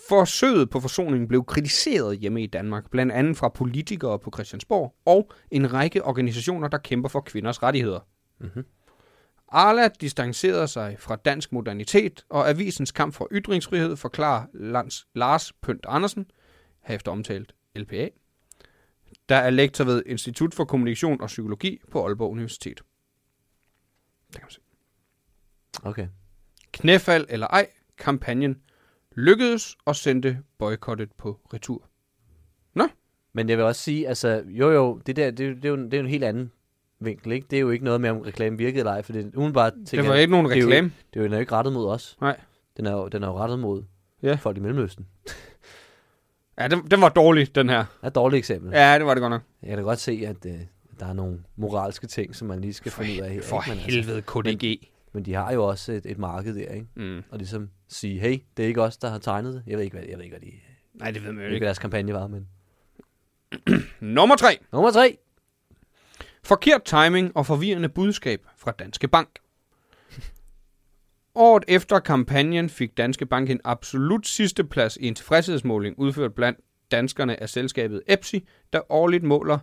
D: Forsøget på forsoningen blev kritiseret hjemme i Danmark, blandt andet fra politikere på Christiansborg og en række organisationer, der kæmper for kvinders rettigheder. Mm-hmm. Arla distancerede sig fra dansk modernitet, og avisens kamp for ytringsfrihed forklarer Lans, Lars Pønt Andersen, herefter omtalt LPA, der er lektor ved Institut for Kommunikation og Psykologi på Aalborg Universitet. Der kan man se.
C: Okay.
D: Knæfald eller ej, kampagnen lykkedes og sendte boykottet på retur.
C: Men jeg vil også sige, altså, jo jo, det der, det, er jo- det, er, jo, en- det er jo en helt anden vinkel, ikke? Det er jo ikke noget med, om reklamen virkede eller ej, for det er udenbart...
D: Det var ikke nogen
C: det er jo
D: reklame.
C: Det er jo, den er jo ikke rettet mod os.
D: Nej.
C: Den er jo, den er jo rettet mod
D: Ja.
C: ja. folk i Mellemøsten.
D: Ja, den, den var dårlig, den her.
C: Det er et dårligt eksempel.
D: Ja, det var det godt nok.
C: Jeg kan da godt se, at øh, der er nogle moralske ting, som man lige skal finde ud af her.
D: For
C: ikke? Men, altså-
D: helvede, KDG.
C: men de har jo også et, et marked der, ikke?
D: Mm.
C: Og ligesom sige, hey, det er ikke os, der har tegnet det. Jeg ved ikke, hvad, jeg ved ikke, hvad, de, jeg
D: Nej, det ved man jo
C: ved ikke,
D: ikke.
C: hvad deres kampagne var, men...
D: Nummer 3.
C: Nummer tre!
D: Forkert timing og forvirrende budskab fra Danske Bank. Året efter kampagnen fik Danske Bank en absolut sidste plads i en tilfredshedsmåling udført blandt danskerne af selskabet EPSI, der årligt måler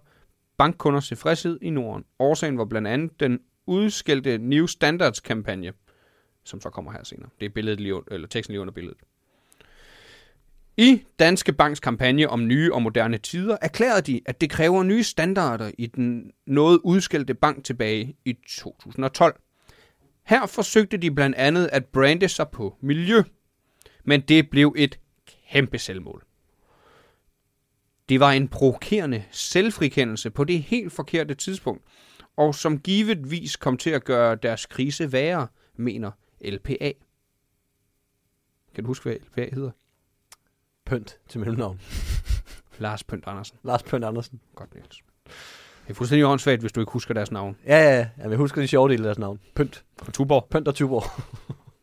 D: bankkunders tilfredshed i Norden. Årsagen var blandt andet den udskældte New Standards kampagne, som så kommer her senere. Det er billedet lige, un- eller teksten lige under billedet. I Danske Banks kampagne om nye og moderne tider erklærede de, at det kræver nye standarder i den noget udskældte bank tilbage i 2012. Her forsøgte de blandt andet at brande sig på miljø, men det blev et kæmpe selvmål. Det var en provokerende selvfrikendelse på det helt forkerte tidspunkt, og som givetvis kom til at gøre deres krise værre, mener LPA. Kan du huske, hvad LPA hedder?
C: Pønt til mellemnavn.
D: Lars Pønt Andersen.
C: Lars Pønt Andersen.
D: Godt, Niels. Det er fuldstændig åndssvagt, hvis du ikke husker deres navn.
C: Ja, ja, ja. Jamen, jeg husker de sjove dele af deres navn. Pønt.
D: Fra Tuborg.
C: Pønt og Tuborg.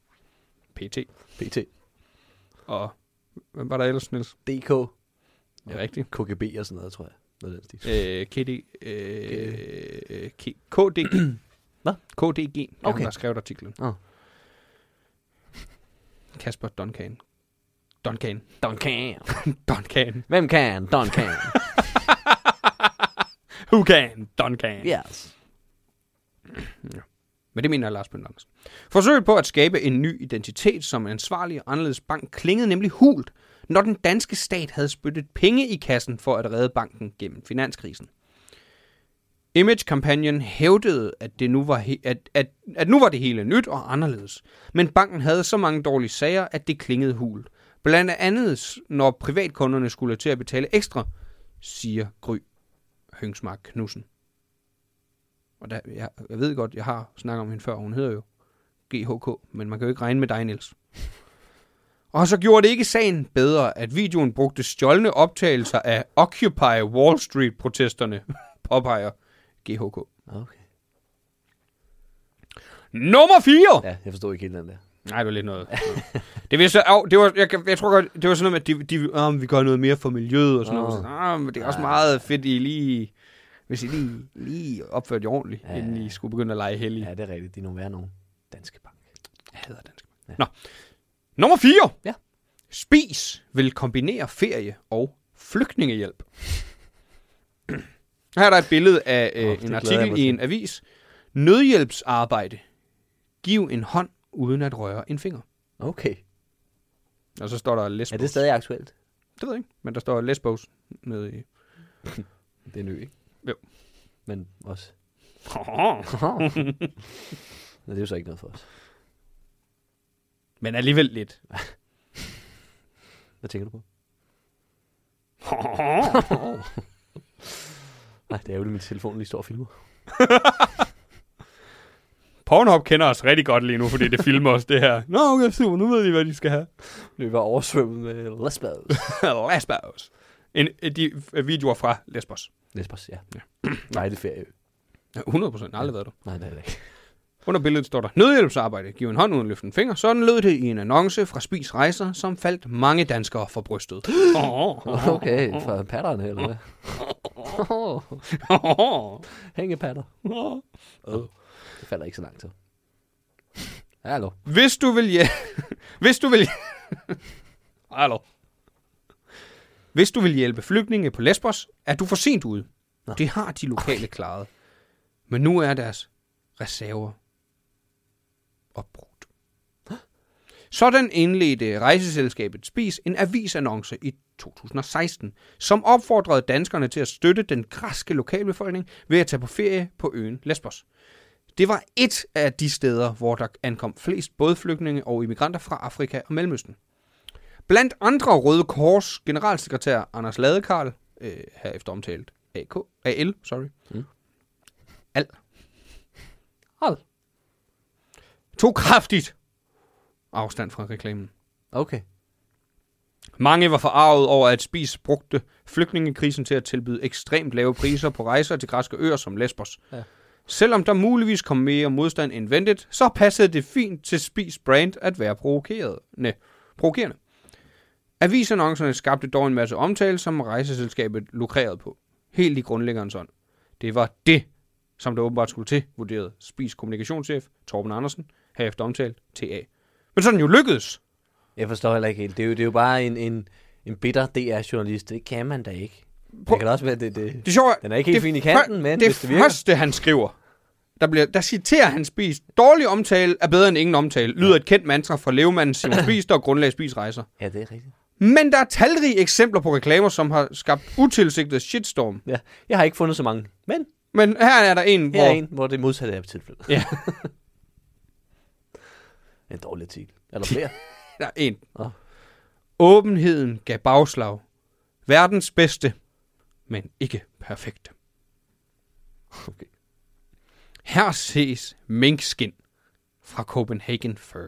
D: PT.
C: PT.
D: Og hvem var der ellers, Niels?
C: DK.
D: Det er rigtigt.
C: KGB og sådan noget, tror jeg. Noget af den stil.
D: Øh, KD, øh, K- KDG.
C: Hvad?
D: KDG. Det er
C: Okay.
D: okay. Ah. der har skrevet artiklen.
C: Åh.
D: Kasper Duncan. Duncan.
C: Don Can.
D: Duncan.
C: Hvem kan? Don Can.
D: Who can? Duncan.
C: Yes.
D: Men det mener Lars Bønd Andersen. Forsøget på at skabe en ny identitet som en ansvarlig og anderledes bank klingede nemlig hult, når den danske stat havde spyttet penge i kassen for at redde banken gennem finanskrisen. Image-kampagnen hævdede, at, det nu var he- at, at, at nu var det hele nyt og anderledes. Men banken havde så mange dårlige sager, at det klingede hult. Blandt andet, når privatkunderne skulle til at betale ekstra, siger Gry Høngsmark Knudsen. Og der, jeg, jeg ved godt, jeg har snakket om hende før, hun hedder jo GHK, men man kan jo ikke regne med dig, Niels. Og så gjorde det ikke sagen bedre, at videoen brugte stjålne optagelser af Occupy Wall Street-protesterne, påpeger GHK.
C: Okay.
D: Nummer 4!
C: Ja, jeg forstod ikke helt den der.
D: Nej, det var lidt noget. det, vil så, au, det var, jeg, kan- jeg tror godt, det var sådan noget med, at de, de, oh, vi gør noget mere for miljøet og sådan oh.
C: Åh.
D: noget. Så, oh, men det er også
C: Ja.
D: meget fedt, I lige, hvis I lige, lige opførte jer ordentligt, ja.
C: Ja.
D: inden I skulle begynde at lege heldige.
C: Ja, det er rigtigt. De er nogle værre nogen. Danske Bank.
D: Jeg hader dansk. Ja.
C: Ja.
D: Nå. Nummer 4.
C: Ja.
D: Spis vil kombinere ferie og flygtningehjælp. Her er der et billede af øh,
C: Åh,
D: oh,
C: det
D: en
C: glæder jeg mig
D: artikel i
C: til.
D: en avis. Nødhjælpsarbejde. Giv en hånd uden at røre en finger.
C: Okay.
D: Og så står der Lesbos.
C: Er det stadig aktuelt?
D: Det ved jeg ikke, men der står Lesbos øh, nede i...
C: Det er en ø, ikke?
D: Jo.
C: Men også. Nå, det er jo så ikke noget for os.
D: men alligevel lidt.
C: Hvad tænker du på? Nej, det er jo min telefon lige står og filmer.
D: Pornhub kender os rigtig godt lige nu, fordi det filmer os, det her. Nå, okay, super, nu ved I, hvad de skal have.
C: Løber oversvømmet med lesbos.
D: Lesbos. En, de øh, videoer fra Lesbos.
C: lesbos, ja. ja. Nej, det er ferieø.
D: 100 procent, aldrig været der.
C: Nej, det er det ikke.
D: Under billedet står der, nødhjælpsarbejde, giv en hånd uden at løfte en finger. Sådan lød det i en annonce fra Spis Rejser, som faldt mange danskere for brystet.
C: Okay, fra patterne, eller hvad? Hængepatter. Det falder ikke så langt til. Hallo.
D: Hvis du vil hjælpe... Hvis du vil... Hallo. Hvis du vil hjælpe flygtninge på Lesbos, er du for sent ude.
C: Nå.
D: Det har de lokale klaret. Men nu er deres reserver opbrugt. Sådan indledte rejseselskabet Spis en avisannonce i 2016, som opfordrede danskerne til at støtte den græske lokalbefolkning ved at tage på ferie på øen Lesbos. Det var et af de steder, hvor der ankom flest både flygtninge og immigranter fra Afrika og Mellemøsten. Blandt andre Røde Kors generalsekretær Anders Ladekarl, øh, herefter omtalt AK, AL, sorry. Mm.
C: Mm.
D: Al.
C: Al.
D: Tog kraftigt afstand fra reklamen.
C: Okay.
D: Mange var forarvet over, at Spis brugte flygtningekrisen til at tilbyde ekstremt lave priser på rejser til græske øer som Lesbos. Ja.
C: Ja.
D: Selvom der muligvis kom mere modstand end ventet, så passede det fint til Spis brand at være provokeret. Næ, provokerende. Avisannoncerne skabte dog en masse omtale, som rejseselskabet lukrerede på. Helt i grundlæggerens ånd. Det var det, som der åbenbart skulle til, vurderede Spis kommunikationschef Torben Andersen, herefter omtalt TA. Men sådan jo lykkedes.
C: Jeg forstår heller ikke helt. Det er jo, det er jo bare en, en, en bitter DR-journalist. Det kan man da ikke.
D: Prøv-
C: Det kan da også være, det, det,
D: Det sjove er,
C: Den er ikke helt
D: det
C: fin i kanten,
D: fø-
C: men
D: det,
C: hvis det virker.
D: første, han skriver, der, bliver, der citerer han Spis, dårlig omtale er bedre end ingen omtale, lyder et kendt mantra fra levemanden Simon Spis, der grundlag Spis rejser.
C: Ja, det er rigtigt.
D: Men der er talrige eksempler på reklamer, som har skabt utilsigtet shitstorm.
C: Ja. Jeg har ikke fundet så mange. Men
D: Men her er der en,
C: her er
D: hvor...
C: en, hvor det modsatte er tilfældet.
D: Ja.
C: en dårlig artikel. Er der flere?
D: Der er en.
C: Nå.
D: Åbenheden gav bagslag. Verdens bedste, men ikke perfekte.
C: Okay.
D: Her ses minkskin fra Copenhagen Fur.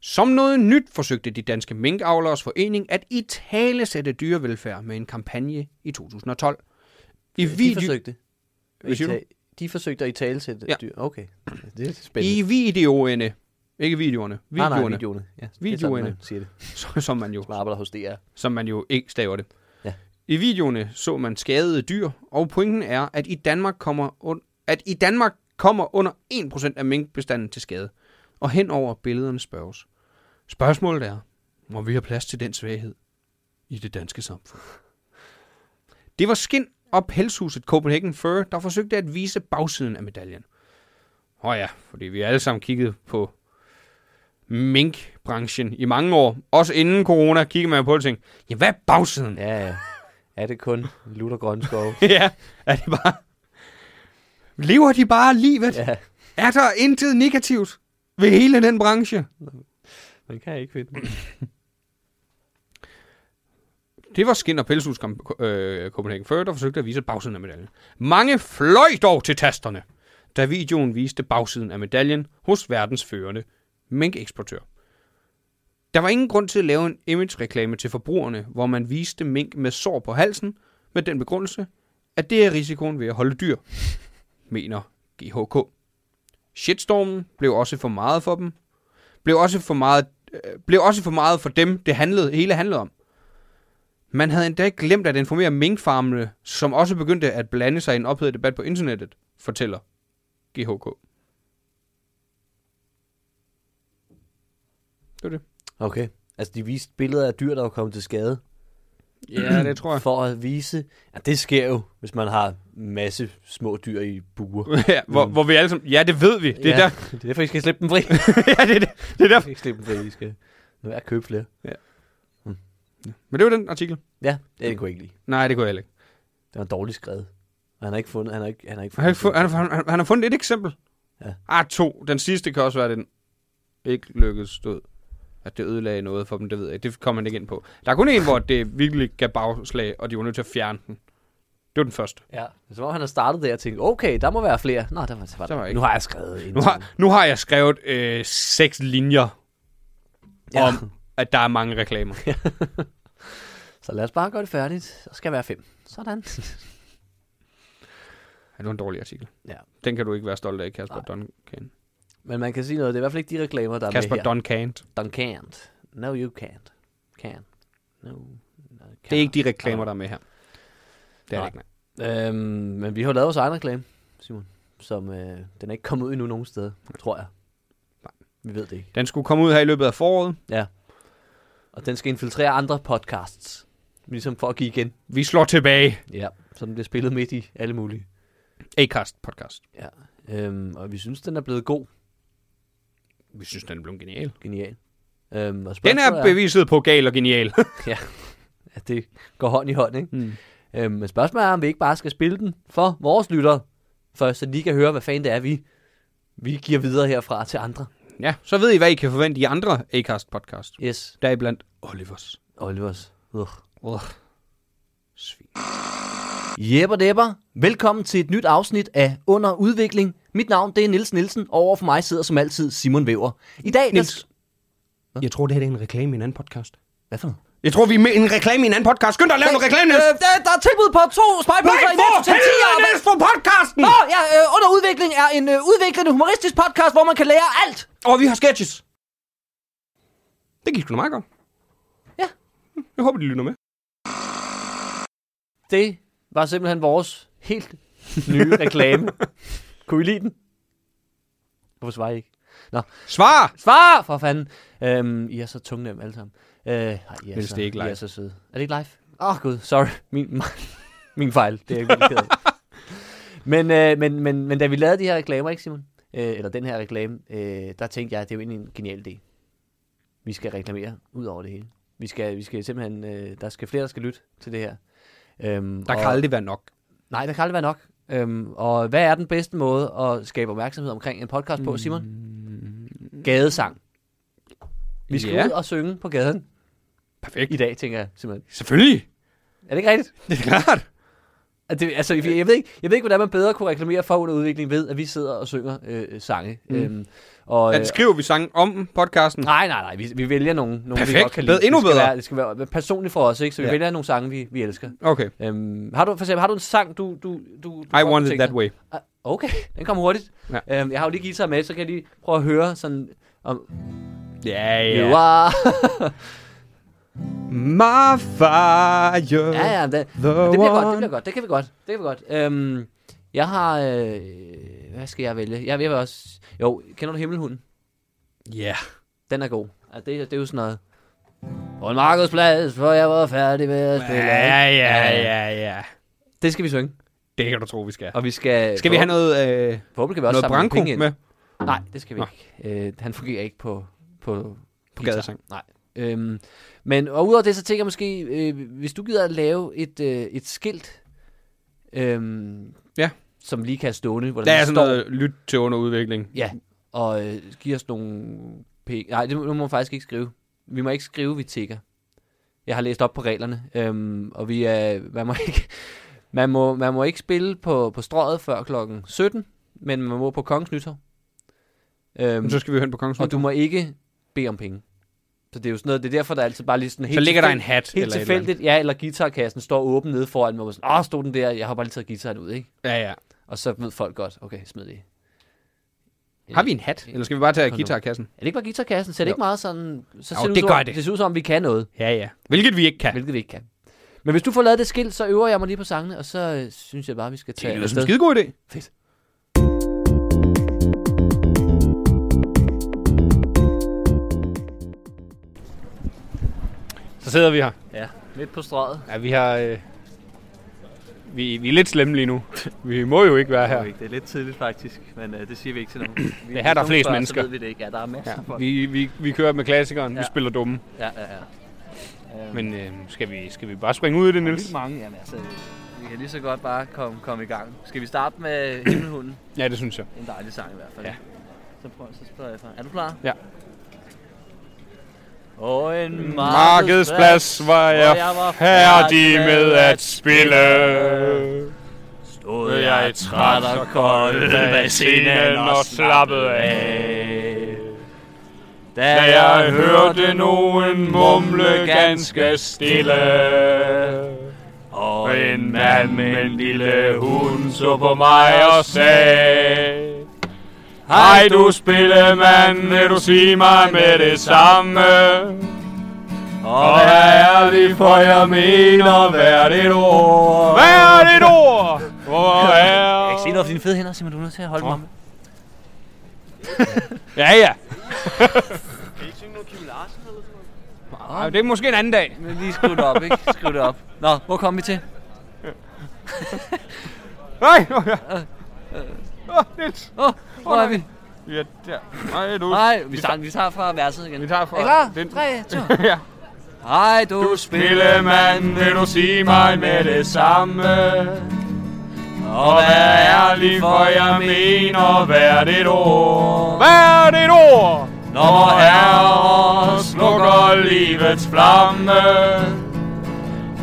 D: Som noget nyt forsøgte de danske minkavlers forening at i tale sætte dyrevelfærd med en kampagne i 2012. I,
C: De
D: video,
C: forsøgte.
D: Hvad siger du?
C: Ita- de forsøgte at i tale sætte
D: Ja.
C: dyr. Okay. Det er spændende.
D: I videoerne, ikke videoerne,
C: Nej, nej,
D: videoerne,
C: videoerne. Ja,
D: Videoerne.
C: Det er sådan, man siger det.
D: som- som man jo
C: Man arbejder hos DR.
D: som man jo ikke staver det. Ja.
C: Ja.
D: I videoerne så man skadede dyr, og pointen er, at i Danmark kommer, un- at i Danmark kommer under 1% af minkbestanden til skade. Og henover billederne spørges. Spørgsmålet er, må vi have plads til den svaghed i det danske samfund? Det var Skin og Pelshuset Copenhagen Fur, der forsøgte at vise bagsiden af medaljen. Åh oh ja, fordi vi alle sammen kiggede på minkbranchen i mange år. Også inden corona kiggede man jo på det og tænkte, ja, hvad er bagsiden?
C: Ja, ja. Er det kun lutter grønne skove?
D: ja, er det bare... Lever de bare livet? Ja.
C: ja,
D: Er der intet negativt ved hele den branche?
C: man kan ikke finde det.
D: Det var Skin og Pelshus Kom- øh, Copenhagen Fur, der forsøgte at vise bagsiden af medaljen. Mange fløj dog til tasterne, da videoen viste bagsiden af medaljen hos verdens førende minkeksportør. Der var ingen grund til at lave en image-reklame til forbrugerne, hvor man viste mink med sår på halsen, med den begrundelse, at det er risikoen ved at holde dyr, mener GHK. Shitstormen blev også for meget for dem, blev også for meget, øh, blev også for meget for dem, det handlede, hele handlede om. Man havde endda glemt at informere minkfarmene, som også begyndte at blande sig i en ophedet debat på internettet, fortæller GHK. Det var det.
C: Okay. Altså, de viste billeder af dyr, der var kommet til skade.
D: Ja, det tror jeg.
C: For at vise... Ja, det sker jo, hvis man har masse små dyr i buer.
D: ja, hvor, hvor vi alle sammen... Mm. Ja, det ved vi. Det er
C: ja,
D: der...
C: det er derfor, I skal slippe dem fri.
D: ja, det er der. Det er
C: I
D: der.
C: skal ikke slippe dem fri, I skal... Nu er at købe flere.
D: Men det var den artikel.
C: Ja, det, det kunne jeg ikke lide.
D: Nej, det kunne jeg heller ikke.
C: Det var dårligt skrevet. Og han har ikke fundet... Han har ikke, han har ikke
D: Han har, ikke fund, han, har- han, han har fundet et eksempel.
C: Ja.
D: Ah, to. Den sidste kan også være, den ikke lykkedes stod. At det ødelagde noget for dem, det ved jeg ikke. Det kom han ikke ind på. Der er kun en, hvor det virkelig gav bagslag, og de var nødt til at fjerne den. Det var den første.
C: Ja, det er som om han har startet der og tænkt, okay, der må være flere. Nå, der var, der var,
D: Der var ikke.
C: Nu har jeg skrevet en.
D: Nu har, nu har jeg skrevet øh, seks linjer ja.
C: Ja.
D: om, at der er mange reklamer.
C: Så lad os bare gøre det færdigt. Så skal jeg være fem. Sådan.
D: Ja, det var en dårlig artikel.
C: Ja.
D: Den kan du ikke være stolt af, Kasper Duncan.
C: Men man kan sige noget. Det er i hvert fald ikke de reklamer, der
D: Kasper
C: er med her.
D: Duncan.
C: Don can't. No, you can't. Can. No, no
D: Det er ikke de reklamer, der er med her. Det er
C: Nej.
D: det ikke, nej.
C: Øhm, men vi har jo lavet vores egen reklame, Simon. Som, øh, den er ikke kommet ud endnu nogen steder, tror jeg.
D: Nej.
C: Vi ved det ikke.
D: Den skulle komme ud her i løbet af foråret.
C: Og den skal infiltrere andre podcasts. Ligesom for at give igen.
D: Vi slår tilbage.
C: Ja. Så den bliver spillet midt i alle mulige.
D: Acast podcast.
C: Øhm, og vi synes, den er blevet god.
D: Vi synes, den er blevet genial.
C: Genial. Øhm, og
D: Den er
C: spørgsmålet
D: beviset på gal og genial.
C: at det går hånd i hånd, ikke?
D: Mm.
C: Øhm, men spørgsmålet er, om vi ikke bare skal spille den for vores lyttere, for så de kan høre, hvad fanden det er, vi, vi giver videre herfra til andre.
D: ja, så ved I, hvad I kan forvente i andre Acast podcast.
C: Yes,
D: Der er blandt Olivers
C: Olivers. Ugh.
D: svin.
C: Jeppe Depper, velkommen til et nyt afsnit af Under Udvikling. Mit navn, det er Nils Nielsen, og overfor mig sidder som altid Simon Væver. I dag...
D: Niels.
C: Hva?
D: Jeg tror, det her er en reklame i en anden podcast.
C: Hvad for noget?
D: Jeg tror, vi er med i en reklame i en anden podcast. Skynd dig at lave en reklame, Niels!
C: Øh, der, der er tilbud på to spejlpulser
D: Nej,
C: i
D: for
C: Netto til 10
D: helvede,
C: arbejde.
D: Niels, for podcasten!
C: Nå, ja, øh, Under Udvikling er en øh, udviklende humoristisk podcast, hvor man kan lære alt.
D: Og vi har sketches. Det gik sgu da meget godt.
C: Ja.
D: Jeg håber, de lytter med.
C: Det var simpelthen vores helt nye reklame. Kunne I lide den? Hvorfor svarer I ikke?
D: Svar!
C: Svar for fanden! Øhm, I er så tungnemme alle sammen. Øh, ej, I er
D: Niels,
C: så,
D: det er ikke
C: I er
D: live.
C: så søde. Er det ikke live? Åh oh, gud, sorry. Min, min fejl. Det er jeg virkelig ked af. men, øh, men, men, men da vi lavede de her reklamer, ikke Simon? Øh, eller den her reklame, øh, der tænkte jeg, at det er jo egentlig en genial idé. Vi skal reklamere ud over det hele. Vi skal, vi skal simpelthen, øh, der skal flere, der skal lytte til det her. Øhm,
D: Der kan aldrig være nok.
C: Nej, der kan aldrig være nok. Øhm, og hvad er den bedste måde at skabe opmærksomhed omkring en podcast på, Simon? Gadesang. Vi skal
D: Mm. Ja.
C: ud og synge på gaden
D: Perfekt.
C: i dag, tænker jeg simpelthen.
D: Selvfølgelig.
C: Er det ikke rigtigt?
D: Det er klart.
C: At det, altså, jeg, jeg, ved ikke, jeg ved ikke, hvordan man bedre kunne reklamere for under udvikling ved, at vi sidder og synger øh, sange. Mm. Øhm, og, øh,
D: At skriver vi sangen om podcasten.
C: nej, nej, nej. Vi, vi vælger nogle, nogle vi
D: Perfekt.
C: godt kan
D: Bedre-
C: lide.
D: endnu
C: det skal
D: bedre.
C: Være, det skal være personligt for os, ikke? Så vi
D: Ja.
C: ja. vælger nogle sange, vi, vi elsker.
D: Okay.
C: Øhm, har du for eksempel har du en sang, du... du, du du
D: I
C: godt kunne
D: want it
C: tænke
D: that
C: dig?
D: way.
C: Ah, Okay, den kom hurtigt. Ja. Øhm, jeg har jo lige guitar med, så kan jeg lige prøve at høre sådan... Om,
D: Ja,
C: yeah.
D: ja. My fire.
C: ja, ja, det, det,
D: The
C: bliver godt, det
D: one.
C: bliver godt, det kan vi godt, det kan vi godt. Øhm, jeg har... Øh, hvad skal jeg vælge? Jeg vil også... Jo, kender du Himmelhunden?
D: Ja.
C: Den er god. Altså, det, det er jo sådan noget... På en markedsplads, for jeg var færdig med at spille.
D: Ja,
C: ikke?
D: ja, ja, ja.
C: Det skal vi synge,
D: Det kan du tro, vi skal.
C: og vi skal...
D: Skal vi have noget, øh,
C: Forhåbentlig kan vi også
D: noget
C: samle nogle
D: branko
C: penge ind.
D: med?
C: Nej, det skal vi
D: Nå.
C: ikke. Øh, han fungerer ikke på, på,
D: På
C: guitar.
D: gadesang.
C: Nej. Øhm, men og udover det, så tænker jeg måske, øh, hvis du gider at lave et, øh, et skilt, øhm,
D: Ja.
C: som lige kan have stående, hvor
D: Der
C: der
D: er
C: står,
D: sådan noget lyt til underudvikling.
C: ja, og øh, giver os nogle penge. Nej, det må nu må man faktisk ikke skrive. Vi må ikke skrive, vi tigger. Jeg har læst op på reglerne, øhm, og vi er, man, må ikke, man, må, man må ikke spille på, på strøget før klokken 17, men man må på Kongens Nytorv. Øhm,
D: Men så skal vi jo hen på Kongens
C: og du må ikke bede om penge. Så det er jo sådan noget, det er derfor, der er altid bare lige sådan helt
D: Så ligger der en
C: tilfældigt-
D: hat
C: Helt
D: eller et eller andet.
C: tilfældigt, ja, eller guitarkassen står åben nede foran, hvor man sådan, åh, stod den der, jeg har bare lige taget guitaren ud, ikke?
D: Ja, ja.
C: Og så ved folk godt, okay, smid det.
D: Har vi en hat? Eller skal vi bare tage
C: Hold nu.
D: guitarkassen?
C: Er det ikke bare guitarkassen? Ser det
D: Jo.
C: ikke meget sådan... Så
D: Jo,
C: ser ud,
D: det
C: som,
D: gør
C: om-
D: det.
C: Det ser ud som om, vi kan noget,
D: Ja, ja. Hvilket vi ikke
C: ja.
D: kan.
C: hvilket vi ikke kan. Men hvis du får lavet det skilt, så øver jeg mig lige på sangene, og så øh, synes jeg bare, vi skal tage
D: Det lyder som en
C: afsted.
D: skidegod idé.
C: Fedt.
D: Så sidder vi her.
C: Ja, midt på strøget.
D: Ja, vi har... Øh, vi, vi er lidt slemme lige nu. Vi må jo ikke være her.
F: Det er lidt tidligt faktisk, men øh, det siger vi ikke til nogen.
D: Det er her, der er flest mennesker.
F: Så ved vi det ikke. Ja, der er masser
D: Ja,
F: ja, af folk.
D: vi, vi, vi kører med klassikeren. Ja. Vi
F: Ja.
D: spiller dumme.
F: Ja, ja, ja. Øhm,
D: Men øh, skal, vi, skal vi bare springe ud i det,
F: Niels?
D: Niels?
F: mange, jamen altså. øh, Vi kan lige så godt bare komme, komme i gang. Skal vi starte med Himmelhunden?
D: Ja, det synes jeg.
F: En dejlig sang i hvert fald.
D: Ja.
F: Så prøv så spørger jeg for. Er du klar?
D: Ja.
F: Og en markedsplads
D: Markedsplads var
F: hvor
D: jeg
F: jeg var
D: færdig
F: færdig
D: med
F: med
D: at
F: at
D: spille.
F: stod jeg træt og kold bag scenen og slappede af. Da
D: Da jeg hørte nogen mumle ganske stille.
F: og
D: Og
F: en mand med en lille hund så på
D: mig og sagde. Hej du spillemand, vil du sige mig med det samme?
F: Og
D: Og
F: hvad
D: hvad
F: er det for jeg mener, hvad er det ord?
D: Hvad er det et ord? Hvor er...
C: Se noget af dine fede hænder, Simon, du er nødt til at holde mig om.
D: Ja, ja. Ej, det er måske en anden dag.
C: Men lige skriv det op, ikke? Skriv det op. Nå, hvor kom vi til?
D: Nej, hvor er Åh, Niels.
C: Åh, oh, hvor er vi?
D: Ja, der. Nej, du.
C: Nej, vi, tager, vi tager fra verset igen.
D: Vi tager fra...
C: Er I klar?
D: Den.
C: 3, 2.
D: ja.
C: Hej, du, du
D: Spillemand, vil du sige mig med det samme?
C: og
D: Hvad er lige for jeg mener, hvad er det et ord? Hvad er det et ord? Når herrer slukker livets flamme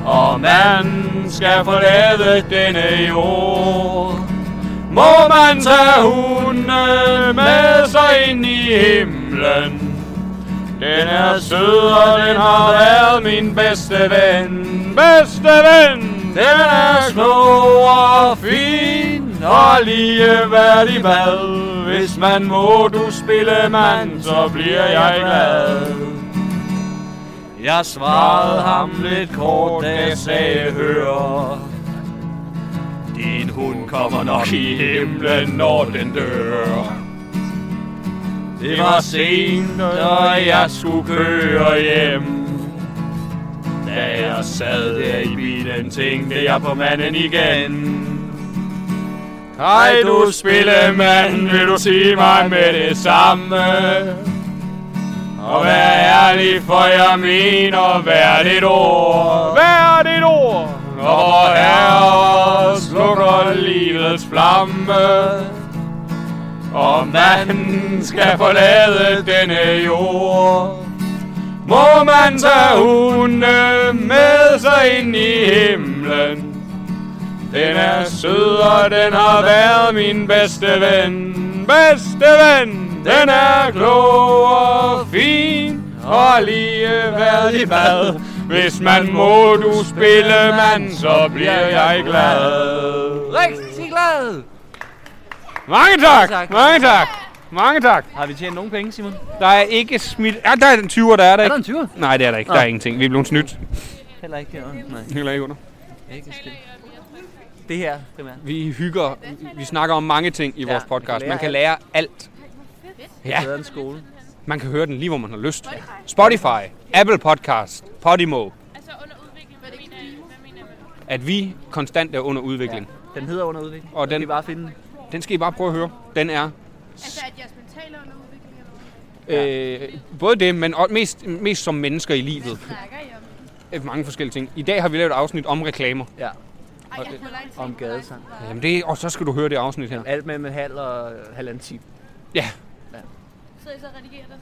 D: Og man skal forlade denne jord Må man tage hunde med sig ind i himlen Den er sød, og den har været min bedste ven Bedste ven! Den er smuk og fin Og lige værdig mad Hvis man må du spille mand, så bliver jeg glad
F: Jeg svarede ham lidt kort, da jeg sagde, hør. Din hund kommer nok i himlen, når den dør. Det var sent, og jeg skulle køre hjem. Da jeg sad der i bilen, tænkte jeg på manden igen.
D: Hej du spillemand, vil du sige mig med det samme? Og vær ærlig, for jeg mener hvert et ord. Hvert et ord! Når herrer slukker livets flamme, og man skal forlade denne jord, må man tage hunde med sig ind i himlen. Den er sød, og den har været min bedste ven. Bedste ven! Den er klog og fin, og lige været i bad. Hvis man må du spille mand, så bliver jeg glad.
C: Rigtig glad!
D: Mange tak!
C: Tak.
D: Mange tak! Mange tak!
F: Har vi tjent nogen penge, Simon?
D: Der er ikke smidt... Ja, der er den 20'er, der er der
C: Er der
D: ikke.
C: en 20'er?
D: Nej, det er der ikke. Der er ingenting. Vi er blevet snydt.
F: Heller ikke herovre. Nej,
D: Heller ikke under.
F: ikke skidt. Det her, primært.
D: Vi hygger. Vi snakker om mange ting i vores
F: man kan
D: podcast.
F: lære
D: Man kan lære alt. Ja.
F: Bedre end skole.
D: Man kan høre den lige, hvor man har lyst. Spotify, Apple Podcast, Podimo.
G: Altså under udvikling, hvad mener I? Hvad mener man?
D: At vi konstant er under udvikling.
F: Den hedder under udvikling.
D: Og den-
F: Kan I bare finde den.
D: Den skal I bare prøve at høre. Den er
G: Altså at jeres mentale er under udvikling, eller hvad?
D: øh, både det, men også mest, mest som mennesker i livet.
G: Snakker I om?
D: Øh, Mange forskellige ting. I dag har vi lavet et afsnit om reklamer.
F: Ja.
G: Ej, jeg kunne langt
F: Om gadesang.
D: Jamen det, og så skal du høre det afsnit her.
F: Alt mellem en halv og øh, halvanden time
G: Så I så og redigerer det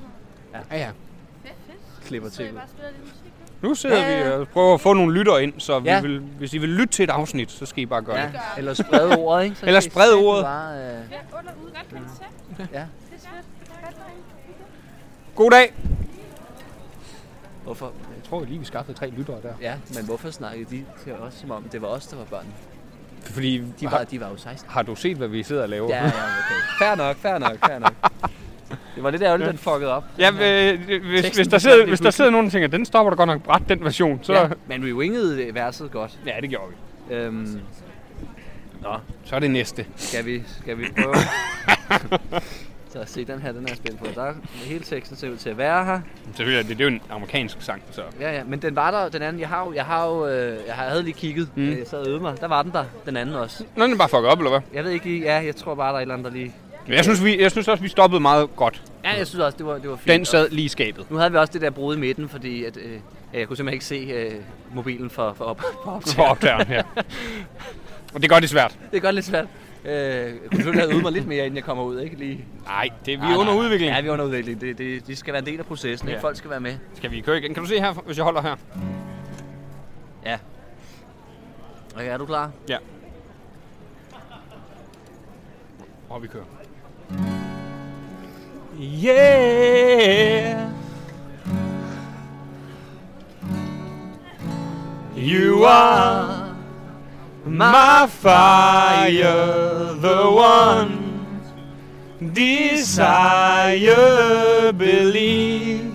G: sådan?
D: Ja, ja.
G: Fedt, fedt.
F: klipper
G: Så I
F: til.
G: bare spiller lidt musik, ikke?
F: Nu sidder
C: Ja, ja.
F: vi og prøver at få nogle lytter ind, så
C: Ja.
F: ja. vi vil, hvis I vil lytte til et afsnit, så skal I bare gøre ja. det.
G: gør.
C: Eller sprede ordet, ikke? Så
F: Eller
C: kan I
F: sprede
C: sætte
F: ordet.
C: Bare, øh,
G: Ja, under ud. Godt koncept.
C: ja.
G: Det er svært. Godt drenge.
F: God dag!
C: Hvorfor?
F: Jeg tror lige, vi skaffede tre lyttere der.
C: Ja, men hvorfor snakkede de til os, som om det var os, der var børn?
F: Fordi,
C: De var, de var jo 16.
F: har du set, hvad vi sidder og laver?
C: Ja, ja, okay. Fair nok, fair nok, fair nok. Det var lidt ærgerligt, den fuckede op.
F: Ja, øh, hvis, hvis,
C: Teksten
F: der sidder,
C: forsvandt
F: hvis der
C: pludselig.
F: sidder nogen, der tænker, den stopper du godt nok bræt, den version, så...
C: Ja,
F: Ja,
C: men vi wingede øh, verset godt.
F: ja det gjorde vi.
C: Øhm,
F: Så er det næste.
C: skal, vi, skal vi prøve... Så se den her, den er jeg spændt på. Der er hele teksten ser ud til at være her.
F: Selvfølgelig, er det, det er jo en amerikansk sang, så...
C: Ja, ja, men den var der, den anden. Jeg har jo, jeg har jo, øh, jeg har- jeg havde lige kigget. Mm. Jeg sad og øvede mig. Der var den der, den anden også.
F: Nå, den er bare fucket op, eller hvad?
C: Jeg ved ikke lige, ja, jeg tror bare, der er et eller andet, der lige...
F: Men Jeg synes, vi, jeg synes også, vi stoppede meget godt.
C: Ja, jeg synes også, det var, det var fint.
F: Den sad lige i skabet.
C: Nu havde vi også det der brud i midten, fordi at, øh, jeg kunne simpelthen ikke se øh, mobilen for, for op. For op.
F: For optageren her. Og det gør det svært.
C: Det er godt lidt svært. Øh, jeg kunne selvfølgelig have øvet mig lidt mere, inden jeg kommer ud, ikke? Lige.
F: Nej, det, vi
C: Nej,
F: er under
C: nej.
F: udvikling.
C: Ja, vi er under udvikling. Det, det, det skal være en del af processen, ikke?
F: Ja.
C: Folk skal være med.
F: Skal vi køre igen? Kan du se her, hvis jeg holder her?
C: Ja. Okay, er du klar?
F: Ja. Og vi kører.
D: Yeah. You are my fire, the one desire, believe.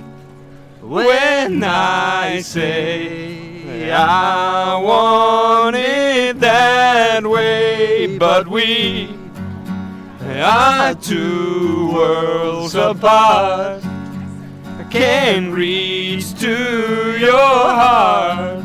D: When I say I want it that way, but we are two worlds apart. Can reach to your heart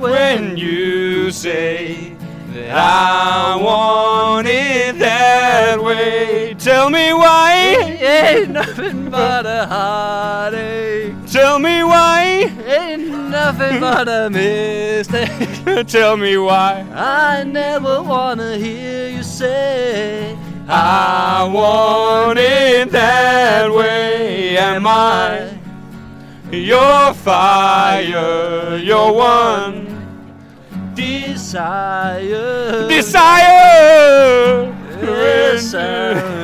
D: when you say that I want it that way. Tell me why.
C: Ain't nothing but a heartache.
D: Tell me why.
C: Ain't nothing but a mistake.
D: Tell me why.
C: I never wanna hear you say
D: I want it that way. Am I your fire? Your one
C: desire.
D: desire.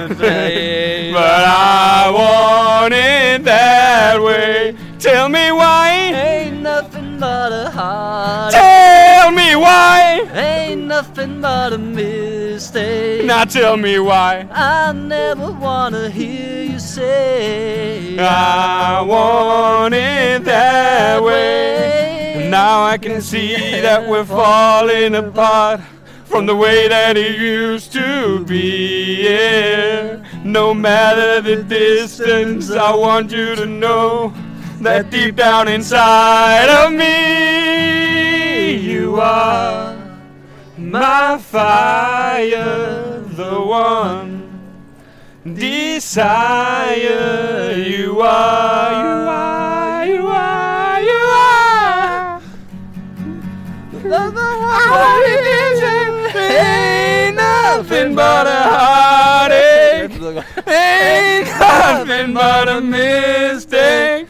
D: But
C: But
D: I want it that way. Tell me why.
C: Ain't nothing but a heartache.
D: Tell me why.
C: Ain't nothing but a mistake.
D: Now tell me why.
C: I never wanna hear you say
F: Ah,
D: I want it that way. And now I can see that we're falling apart from the way that it used to be. Yeah. No matter the distance, I want you to know that deep down inside of me, you are my fire, the one desire. You are, you are, you are, you are. What it is it ain't nothing but a heartache. Ain't nothing but a mistake.